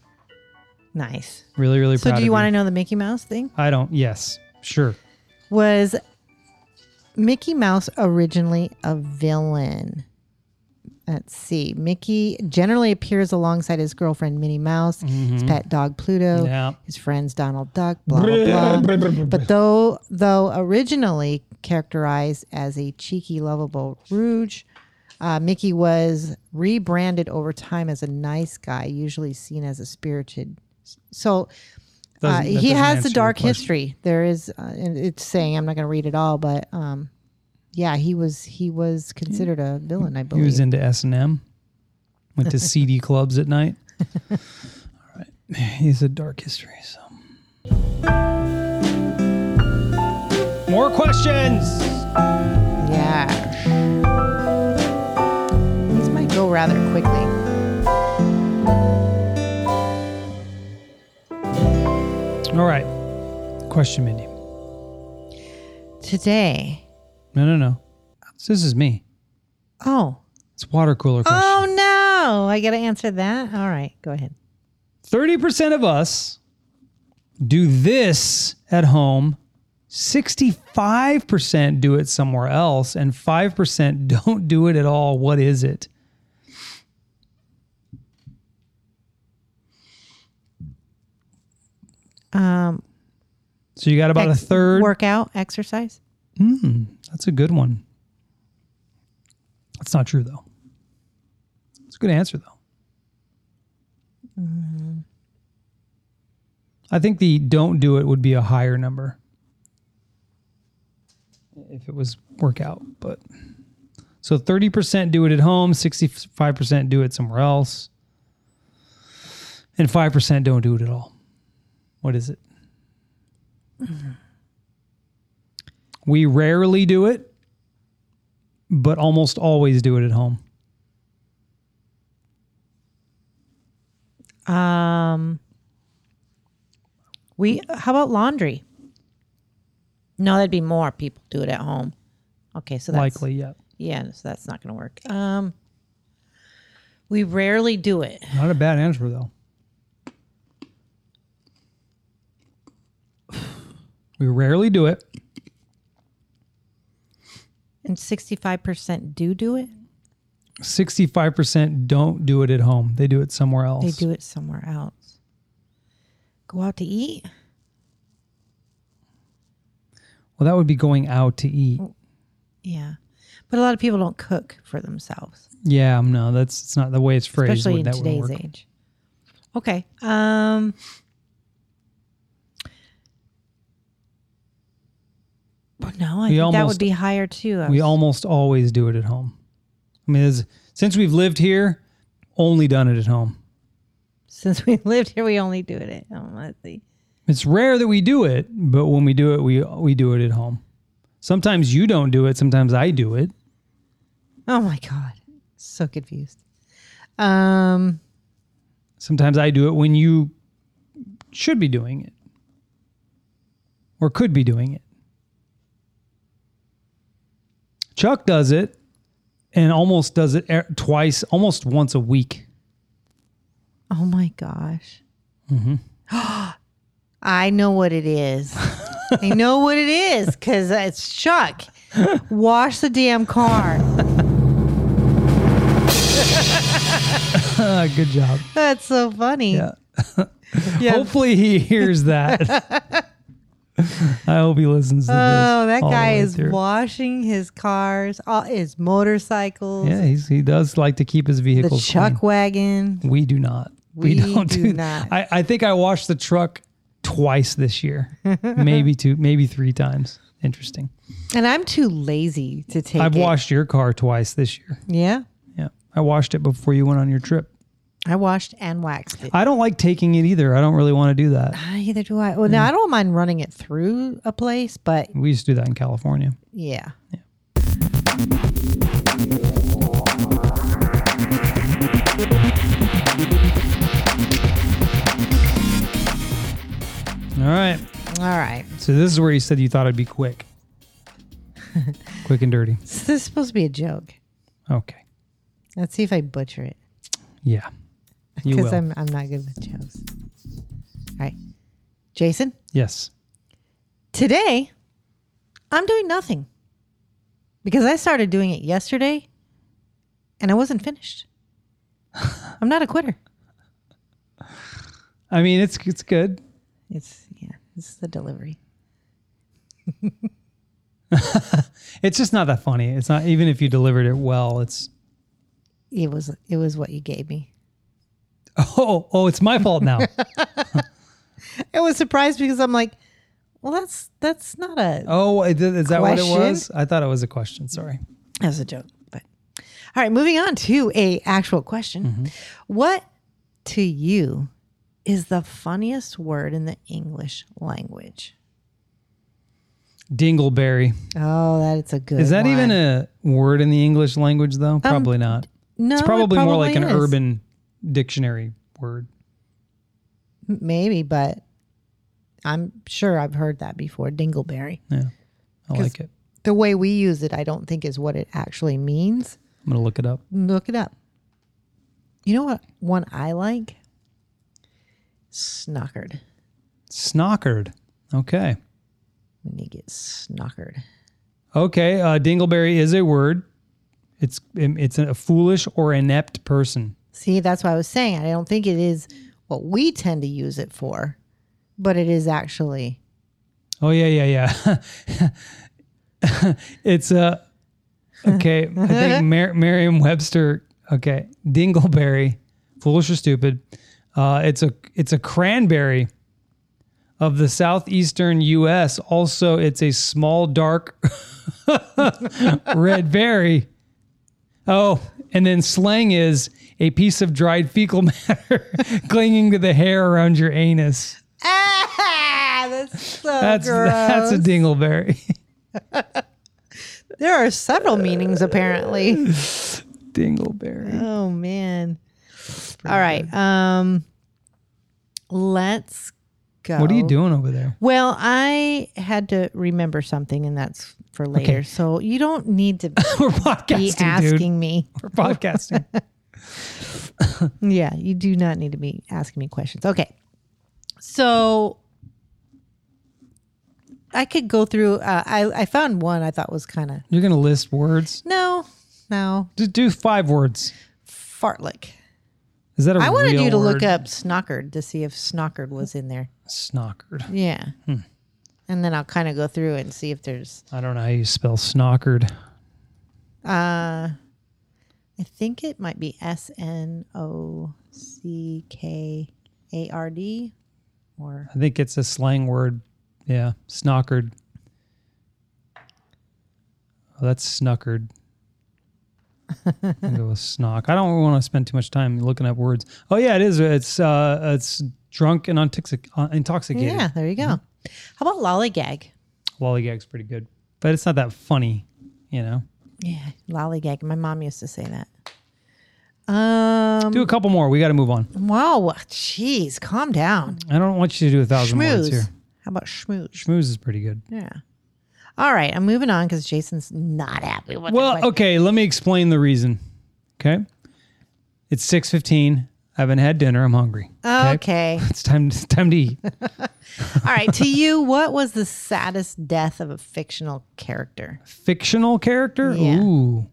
Speaker 3: Nice.
Speaker 2: Really, really
Speaker 3: So,
Speaker 2: proud
Speaker 3: do you
Speaker 2: of
Speaker 3: want to know the Mickey Mouse thing?
Speaker 2: I don't. Yes, sure.
Speaker 3: Was Mickey Mouse originally a villain? Let's see. Mickey generally appears alongside his girlfriend Minnie Mouse, his pet dog Pluto,
Speaker 2: Mm-hmm. Yeah.
Speaker 3: his friends Donald Duck, blah blah blah. but though though originally characterized as a cheeky, lovable rouge, uh, Mickey was rebranded over time as a nice guy, usually seen as a spirited. So uh,
Speaker 2: Doesn't- that
Speaker 3: he
Speaker 2: doesn't
Speaker 3: has
Speaker 2: answer
Speaker 3: a
Speaker 2: your
Speaker 3: dark
Speaker 2: question.
Speaker 3: history. There is, uh, and it's saying I'm not going to read it all, but um, yeah, he was he was considered a villain, I
Speaker 2: He
Speaker 3: believe.
Speaker 2: was into S and M. Went to CD clubs at night. All right, he's a dark history. So, more questions.
Speaker 3: yeah, these might go rather quickly.
Speaker 2: All right, question, Mindy.
Speaker 3: Today,
Speaker 2: No, no, no. This is me.
Speaker 3: oh
Speaker 2: It's water cooler question.
Speaker 3: oh no, I got to answer that. All right, go ahead.
Speaker 2: Thirty percent of us do this at home. Sixty-five percent do it somewhere else, and five percent don't do it at all. What is it?
Speaker 3: Um,
Speaker 2: So you got about a
Speaker 3: ex-
Speaker 2: third.
Speaker 3: workout exercise.
Speaker 2: That's a good one. That's not true though. It's a good answer though. I think the don't do it would be a higher number if it was workout, but so 30% do it at home, 65% do it somewhere else, and 5% don't do it at all. What is it? We rarely do it, but almost always do it at home.
Speaker 3: Um, we how about laundry? No, that'd be more people do it at home. Okay, so that's,
Speaker 2: Likely, yeah.
Speaker 3: yeah, so that's not going to work. Um, we rarely do it.
Speaker 2: Not a bad answer though. We rarely do it.
Speaker 3: And 65% do do it.
Speaker 2: 65% don't do it at home. They do it somewhere else.
Speaker 3: They do it somewhere else. Go out to eat.
Speaker 2: Well, that would be going out to eat.
Speaker 3: Oh. Yeah. But a lot of people don't cook for thememselves,
Speaker 2: Yeah, um, no, that's it's not the way it's phrased.
Speaker 3: especially in
Speaker 2: that wouldn't
Speaker 3: today's
Speaker 2: work.
Speaker 3: age. Okay. Um, but no, I think that
Speaker 2: almost-
Speaker 3: would be higher too. I
Speaker 2: We
Speaker 3: was-
Speaker 2: almost always do it at home. I mean, it's- since we've lived here, only done it at home.
Speaker 3: since we lived here, we only do it at home. Let's see.
Speaker 2: It's rare that we do it, but when we do it, we we do it at home. Sometimes you don't do it. Sometimes I do it.
Speaker 3: Oh my god, so confused. Um,
Speaker 2: Sometimes I do it when you should be doing it or could be doing it. Chuck does it and almost does it er- twice, almost once a week.
Speaker 3: oh my gosh.
Speaker 2: Mm-hmm.
Speaker 3: I know what it is. I know what it is because it's Chuck. Wash the damn car. Ah,
Speaker 2: Uh, good job.
Speaker 3: That's so funny.
Speaker 2: Yeah. Hopefully he hears that. I hope he listens to this.
Speaker 3: Oh, that
Speaker 2: all the
Speaker 3: guy
Speaker 2: way
Speaker 3: is
Speaker 2: through.
Speaker 3: washing his cars, all his motorcycles,
Speaker 2: Yeah, he's, he does like to keep his
Speaker 3: the
Speaker 2: vehicles
Speaker 3: chuck
Speaker 2: clean.
Speaker 3: wagon.
Speaker 2: We do not.
Speaker 3: We
Speaker 2: don't
Speaker 3: do
Speaker 2: do
Speaker 3: not.
Speaker 2: I, I think I washed the truck twice this year, maybe two, maybe three times. Interesting.
Speaker 3: And I'm too lazy to take
Speaker 2: I've
Speaker 3: it.
Speaker 2: washed your car twice this year.
Speaker 3: Yeah.
Speaker 2: Yeah, I washed it before you went on your trip.
Speaker 3: I washed and waxed it.
Speaker 2: I don't like taking it either. I don't really want to do that.
Speaker 3: Either do I. Well, now I don't mind running it through a place, but
Speaker 2: We used to do that in California.
Speaker 3: yeah.
Speaker 2: All right.
Speaker 3: All right.
Speaker 2: So this is where you said you thought it'd be quick. quick and dirty.
Speaker 3: So this is supposed to be a joke.
Speaker 2: Okay.
Speaker 3: Let's see if I butcher it.
Speaker 2: Yeah. You
Speaker 3: Because
Speaker 2: will.
Speaker 3: I'm, I'm not good with jokes. All right. Jason,
Speaker 2: yes.
Speaker 3: today I'm doing nothing because I started doing it yesterday and I wasn't finished. I'm not a quitter.
Speaker 2: I mean, it's it's good.
Speaker 3: It's, yeah, it's the delivery.
Speaker 2: It's just not that funny. It's not even if you delivered it well. It's
Speaker 3: It was, it was what you gave me.
Speaker 2: oh oh, it's my fault now.
Speaker 3: I was surprised because I'm like, well, that's, that's not a,
Speaker 2: oh, is is that what
Speaker 3: Question?
Speaker 2: it was? I thought it was a question. Sorry.
Speaker 3: That's a joke, but all right. Moving on to a actual question. What to you is the funniest word in the English language?
Speaker 2: Dingleberry.
Speaker 3: Oh, that's a good.
Speaker 2: Is that even
Speaker 3: one.
Speaker 2: a word in the English language though? Probably not.
Speaker 3: Um, No,
Speaker 2: It's
Speaker 3: it
Speaker 2: probably, more like an
Speaker 3: is.
Speaker 2: urban dictionary word.
Speaker 3: M- Maybe, but I'm sure I've heard that before. Dingleberry.
Speaker 2: I like it.
Speaker 3: The way we use it, I don't think is what it actually means.
Speaker 2: I'm gonna look it up.
Speaker 3: Look it up. You know what one I like? Snockered.
Speaker 2: Snockered. Okay.
Speaker 3: When you get snockered.
Speaker 2: Okay, uh, dingleberry is a word. It's it's a foolish or inept person.
Speaker 3: See, that's what I was saying. I don't think it is what we tend to use it for, but it is actually
Speaker 2: Oh yeah, yeah, yeah. it's a okay. I think Mer- Merriam-Webster. Okay, dingleberry, foolish or stupid. Uh, it's a it's a cranberry of the southeastern U.S. Also, it's a small dark red berry. Oh, and then slang is a piece of dried fecal matter clinging to the hair around your anus.
Speaker 3: ah, that's so
Speaker 2: That's
Speaker 3: gross.
Speaker 2: that's a dingleberry.
Speaker 3: there are several meanings apparently.
Speaker 2: Dingleberry.
Speaker 3: Oh man. All right. Um let's go.
Speaker 2: What are you doing over there?
Speaker 3: Well, I had to remember something and that's for later. So you don't need to
Speaker 2: We're
Speaker 3: be
Speaker 2: podcasting,
Speaker 3: asking
Speaker 2: dude.
Speaker 3: me.
Speaker 2: We're podcasting.
Speaker 3: Yeah, you do not need to be asking me questions. Okay. So I could go through. Uh, I, I found one I thought was kind of,
Speaker 2: You're gonna list words.
Speaker 3: no, no,
Speaker 2: Just do five words.
Speaker 3: fartlick.
Speaker 2: Is that a
Speaker 3: I wanted
Speaker 2: real
Speaker 3: you to
Speaker 2: word?
Speaker 3: look up snockered to see if snockered was in there.
Speaker 2: snockered.
Speaker 3: Yeah. And then I'll kind of go through and see if there's,
Speaker 2: I don't know how you spell snockered.
Speaker 3: I think it might be S N O C K A R D or
Speaker 2: I think it's a slang word. Yeah, snockered. Oh, that's snuckered. I'll go with snock. I don't want to spend too much time looking up words. Oh yeah, it is. It's uh, it's drunk and intoxic- uh, intoxicated.
Speaker 3: yeah, Mm-hmm. there you go. How about lollygag?
Speaker 2: lollygag's pretty good, but it's not that funny, you know.
Speaker 3: Yeah, lollygag. My mom used to say that. Um.
Speaker 2: Do a couple more. We got to move on.
Speaker 3: Wow. Jeez. Calm down.
Speaker 2: I don't want you to do a thousand words
Speaker 3: Schmooze.
Speaker 2: here.
Speaker 3: How about schmooze?
Speaker 2: Schmooze is pretty good.
Speaker 3: Yeah. All right. I'm moving on because Jason's not happy with the
Speaker 2: Well,
Speaker 3: question.
Speaker 2: okay. Let me explain the reason. Okay, it's six fifteen. I haven't had dinner. I'm hungry.
Speaker 3: okay.
Speaker 2: it's time. It's time to eat.
Speaker 3: All right. To you, what was the saddest death of a fictional character?
Speaker 2: Fictional character.
Speaker 3: Yeah.
Speaker 2: Ooh.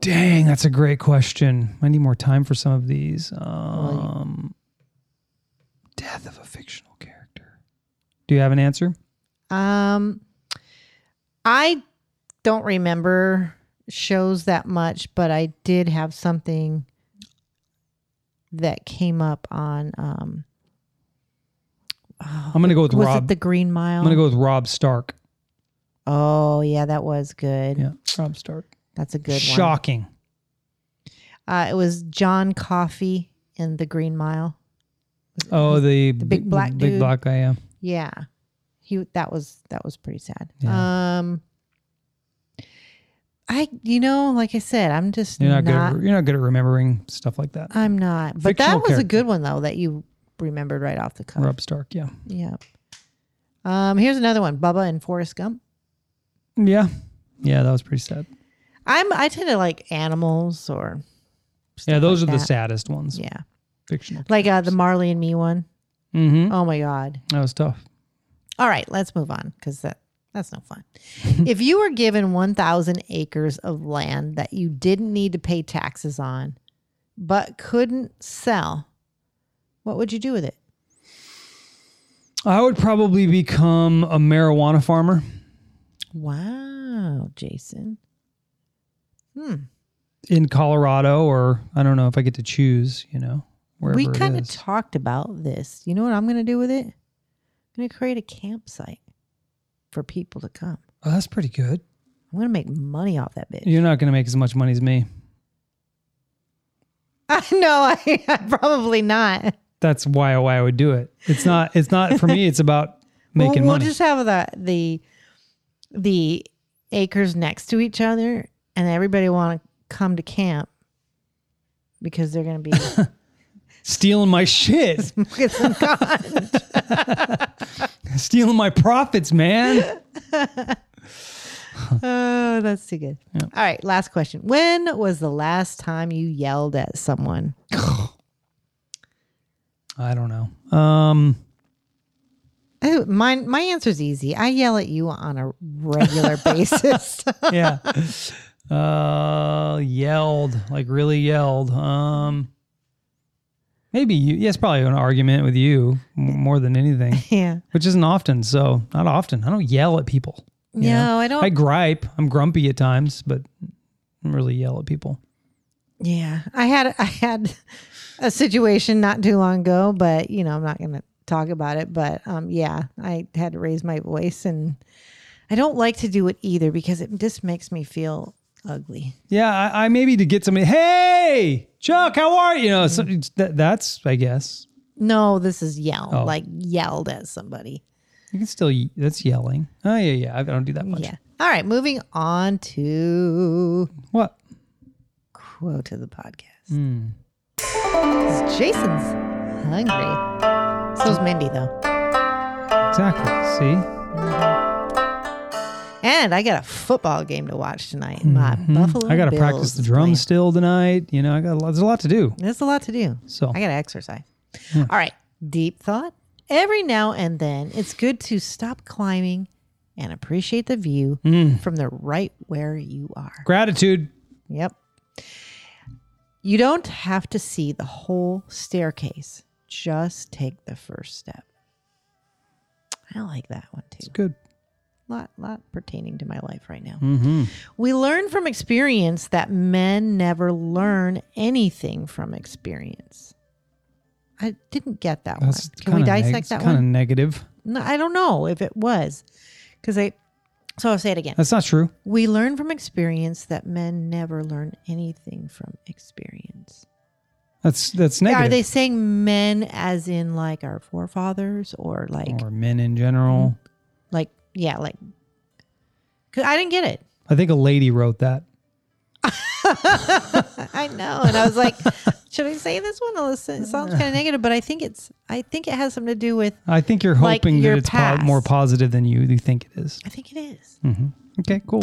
Speaker 2: Dang, that's a great question. I need more time for some of these. Um, death of a fictional character. Do you have an answer?
Speaker 3: Um, I don't remember shows that much, but I did have something that came up on. Um,
Speaker 2: I'm gonna go with
Speaker 3: was
Speaker 2: Rob.
Speaker 3: it the Green Mile?
Speaker 2: I'm gonna go with Rob Stark.
Speaker 3: Oh yeah, that was good.
Speaker 2: Yeah, Rob Stark.
Speaker 3: That's a good
Speaker 2: Shocking.
Speaker 3: one. Uh, it was John Coffey in The Green Mile.
Speaker 2: Oh, the,
Speaker 3: big black
Speaker 2: big
Speaker 3: dude.
Speaker 2: black guy. Yeah.
Speaker 3: Yeah. He that was that was pretty sad. Um I you know, like I said, I'm just
Speaker 2: You're not,
Speaker 3: not
Speaker 2: good. At, you're not good at remembering stuff like that.
Speaker 3: I'm not. But that
Speaker 2: Fictional
Speaker 3: was a
Speaker 2: character.
Speaker 3: good one though that you remembered right off the cuff.
Speaker 2: Rob Stark. Yeah.
Speaker 3: Yeah. Um, here's another one: Bubba and Forrest Gump.
Speaker 2: Yeah. Yeah. That was pretty sad.
Speaker 3: I'm I tend to like animals or
Speaker 2: yeah. Those
Speaker 3: like
Speaker 2: are the
Speaker 3: that.
Speaker 2: saddest ones.
Speaker 3: yeah,
Speaker 2: Fictional.
Speaker 3: like uh, the Marley and Me one.
Speaker 2: Mm-hmm.
Speaker 3: Oh my god!
Speaker 2: That was tough.
Speaker 3: All right, let's move on because that that's no fun. if you were given 1,000 acres of land that you didn't need to pay taxes on, but couldn't sell, what would you do with it?
Speaker 2: I would probably become a marijuana farmer.
Speaker 3: Wow, Jason.
Speaker 2: in Colorado, or I don't know if I get to choose, you know, wherever
Speaker 3: we
Speaker 2: it
Speaker 3: kind of
Speaker 2: is.
Speaker 3: talked about this. You know what I'm going to do with it? I'm going to create a campsite for people to come.
Speaker 2: oh, that's pretty good.
Speaker 3: I'm going to make money off that bitch.
Speaker 2: You're not going to make as much money as me.
Speaker 3: I know, I, probably not.
Speaker 2: That's why why I would do it. It's not. It's not for me. It's about
Speaker 3: We'll-
Speaker 2: making
Speaker 3: we'll,
Speaker 2: money.
Speaker 3: just have the the the acres next to each other and everybody want to come to camp because they're going to be
Speaker 2: Stealing my shit.
Speaker 3: smoking some cotton.
Speaker 2: Stealing my profits, man.
Speaker 3: oh that's too good all right last question when was the last time you yelled at someone
Speaker 2: I don't know. Um,
Speaker 3: oh, my, my answer is easy i yell at you on a regular basis
Speaker 2: yeah. Uh, yelled like really yelled. Um, maybe you. Yes, probably an argument with you m- more than anything.
Speaker 3: yeah
Speaker 2: which isn't often. So not often. I don't yell at people. you
Speaker 3: No,
Speaker 2: know?
Speaker 3: I don't-
Speaker 2: I gripe. I'm grumpy at times, but I don't really yell at people.
Speaker 3: Yeah, I had I had a situation not too long ago, but you know I'm not going to talk about it. But um, yeah, I had to raise my voice, and I don't like to do it either because it just makes me feel ugly.
Speaker 2: Yeah, I, I maybe to get somebody. Hey, Chuck, how are you? You know, so,
Speaker 3: Mm-hmm.
Speaker 2: that, that's I guess
Speaker 3: No, this is yell,
Speaker 2: Oh.
Speaker 3: like yelled at somebody.
Speaker 2: you can still. ye- That's yelling. Oh yeah, yeah. I don't do that much.
Speaker 3: Yeah. All right, moving on to
Speaker 2: What?
Speaker 3: quote of the podcast. It's Jason's hungry. So's Mindy though,
Speaker 2: Exactly. See,
Speaker 3: and I got a football game to watch tonight. My Buffalo.
Speaker 2: Mm-hmm. I got to
Speaker 3: Bills
Speaker 2: practice the
Speaker 3: is playing.
Speaker 2: drums still tonight. You know, I got a lot, there's a lot to do.
Speaker 3: There's a lot to do.
Speaker 2: So
Speaker 3: I got to exercise. All right. Deep thought. Every now and then, it's good to stop climbing and appreciate the view
Speaker 2: Mm.
Speaker 3: from the right where you are.
Speaker 2: gratitude.
Speaker 3: Yep. You don't have to see the whole staircase. Just take the first step. I like that one too
Speaker 2: It's good.
Speaker 3: lot lot pertaining to my life right now.
Speaker 2: Mm-hmm.
Speaker 3: We learn from experience that men never learn anything from experience. I didn't get that
Speaker 2: That's
Speaker 3: one. Can we
Speaker 2: kinda neg-
Speaker 3: dissect
Speaker 2: it's
Speaker 3: that
Speaker 2: Kind of
Speaker 3: one?
Speaker 2: negative.
Speaker 3: No, I don't know if it was because I. So I'll say it again.
Speaker 2: That's not true.
Speaker 3: We learn from experience that men never learn anything from experience.
Speaker 2: That's that's negative.
Speaker 3: Are they saying men as in like our forefathers or like
Speaker 2: or men in
Speaker 3: Mm-hmm.
Speaker 2: general.
Speaker 3: like yeah like? 'Cause I didn't get it.
Speaker 2: I think a lady wrote that.
Speaker 3: I know. And I was like, should I say this one? Well, It sounds kind of negative, but I think it's, I think it has something to do with,
Speaker 2: I think you're
Speaker 3: Like
Speaker 2: hoping
Speaker 3: your
Speaker 2: that it's po-
Speaker 3: past.
Speaker 2: more positive than you you think it is.
Speaker 3: I think it is.
Speaker 2: Hmm. Okay, cool.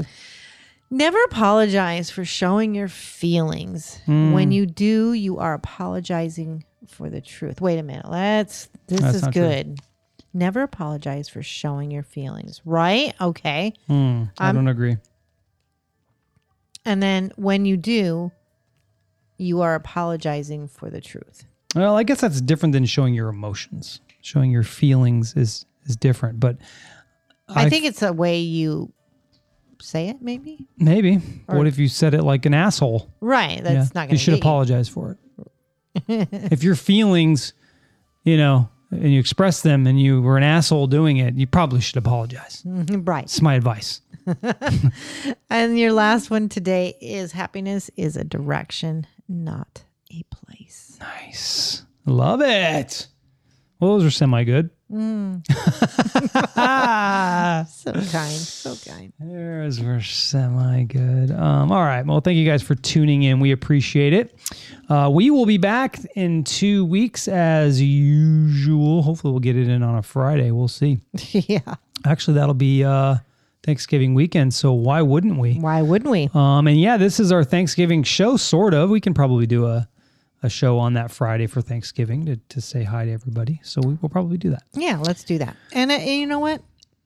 Speaker 3: Never apologize for showing your feelings.
Speaker 2: Hmm.
Speaker 3: When you do, you are apologizing for the truth. Wait a minute. Let's, this
Speaker 2: That's
Speaker 3: is
Speaker 2: not true.
Speaker 3: good. Never apologize for showing your feelings, right? Okay.
Speaker 2: Hmm. I
Speaker 3: Um,
Speaker 2: don't agree.
Speaker 3: And then when you do, you are apologizing for the truth.
Speaker 2: Well, I guess that's different than showing your emotions. Showing your feelings is is different, but
Speaker 3: I,
Speaker 2: I-
Speaker 3: think it's a way you say it, maybe.
Speaker 2: maybe what if you said it like an asshole?
Speaker 3: Right. That's
Speaker 2: Yeah.
Speaker 3: not going to
Speaker 2: You should apologize for it. if your feelings, you know, and you express them and you were an asshole doing it, you probably should apologize.
Speaker 3: Right.
Speaker 2: It's my advice.
Speaker 3: And your last one today is happiness is a direction, not a place.
Speaker 2: Nice. Love it. Well, those are semi good.
Speaker 3: So kind, so kind.
Speaker 2: There's were semi good. Um, all right. Well, thank you guys for tuning in. We appreciate it. Uh, we will be back in two weeks as usual. Hopefully, we'll get it in on a Friday. We'll see.
Speaker 3: yeah.
Speaker 2: Actually, that'll be uh, Thanksgiving weekend. So why wouldn't we?
Speaker 3: Why wouldn't we?
Speaker 2: Um, and yeah, this is our Thanksgiving show, sort of. We can probably do a, a show on that Friday for Thanksgiving to, to say hi to everybody. So we will probably do that.
Speaker 3: Yeah, let's do that. And, uh, and you know what?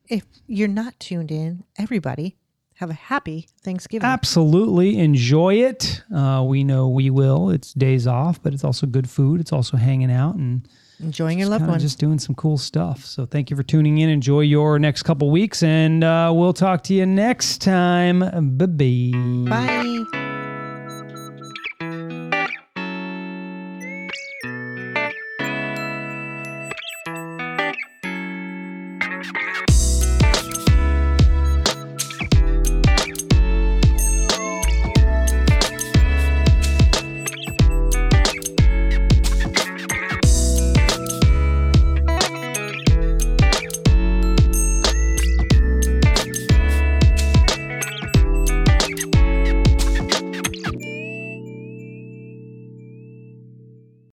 Speaker 3: If you're not tuned in, everybody have a happy Thanksgiving.
Speaker 2: Absolutely enjoy it. Uh, we know we will. It's days off, but it's also good food. It's also hanging out and
Speaker 3: Enjoying your loved
Speaker 2: kinda
Speaker 3: ones.
Speaker 2: just doing some cool stuff. So thank you for tuning in. Enjoy your next couple weeks, and uh, we'll talk to you next time. Bye bye.
Speaker 3: Bye.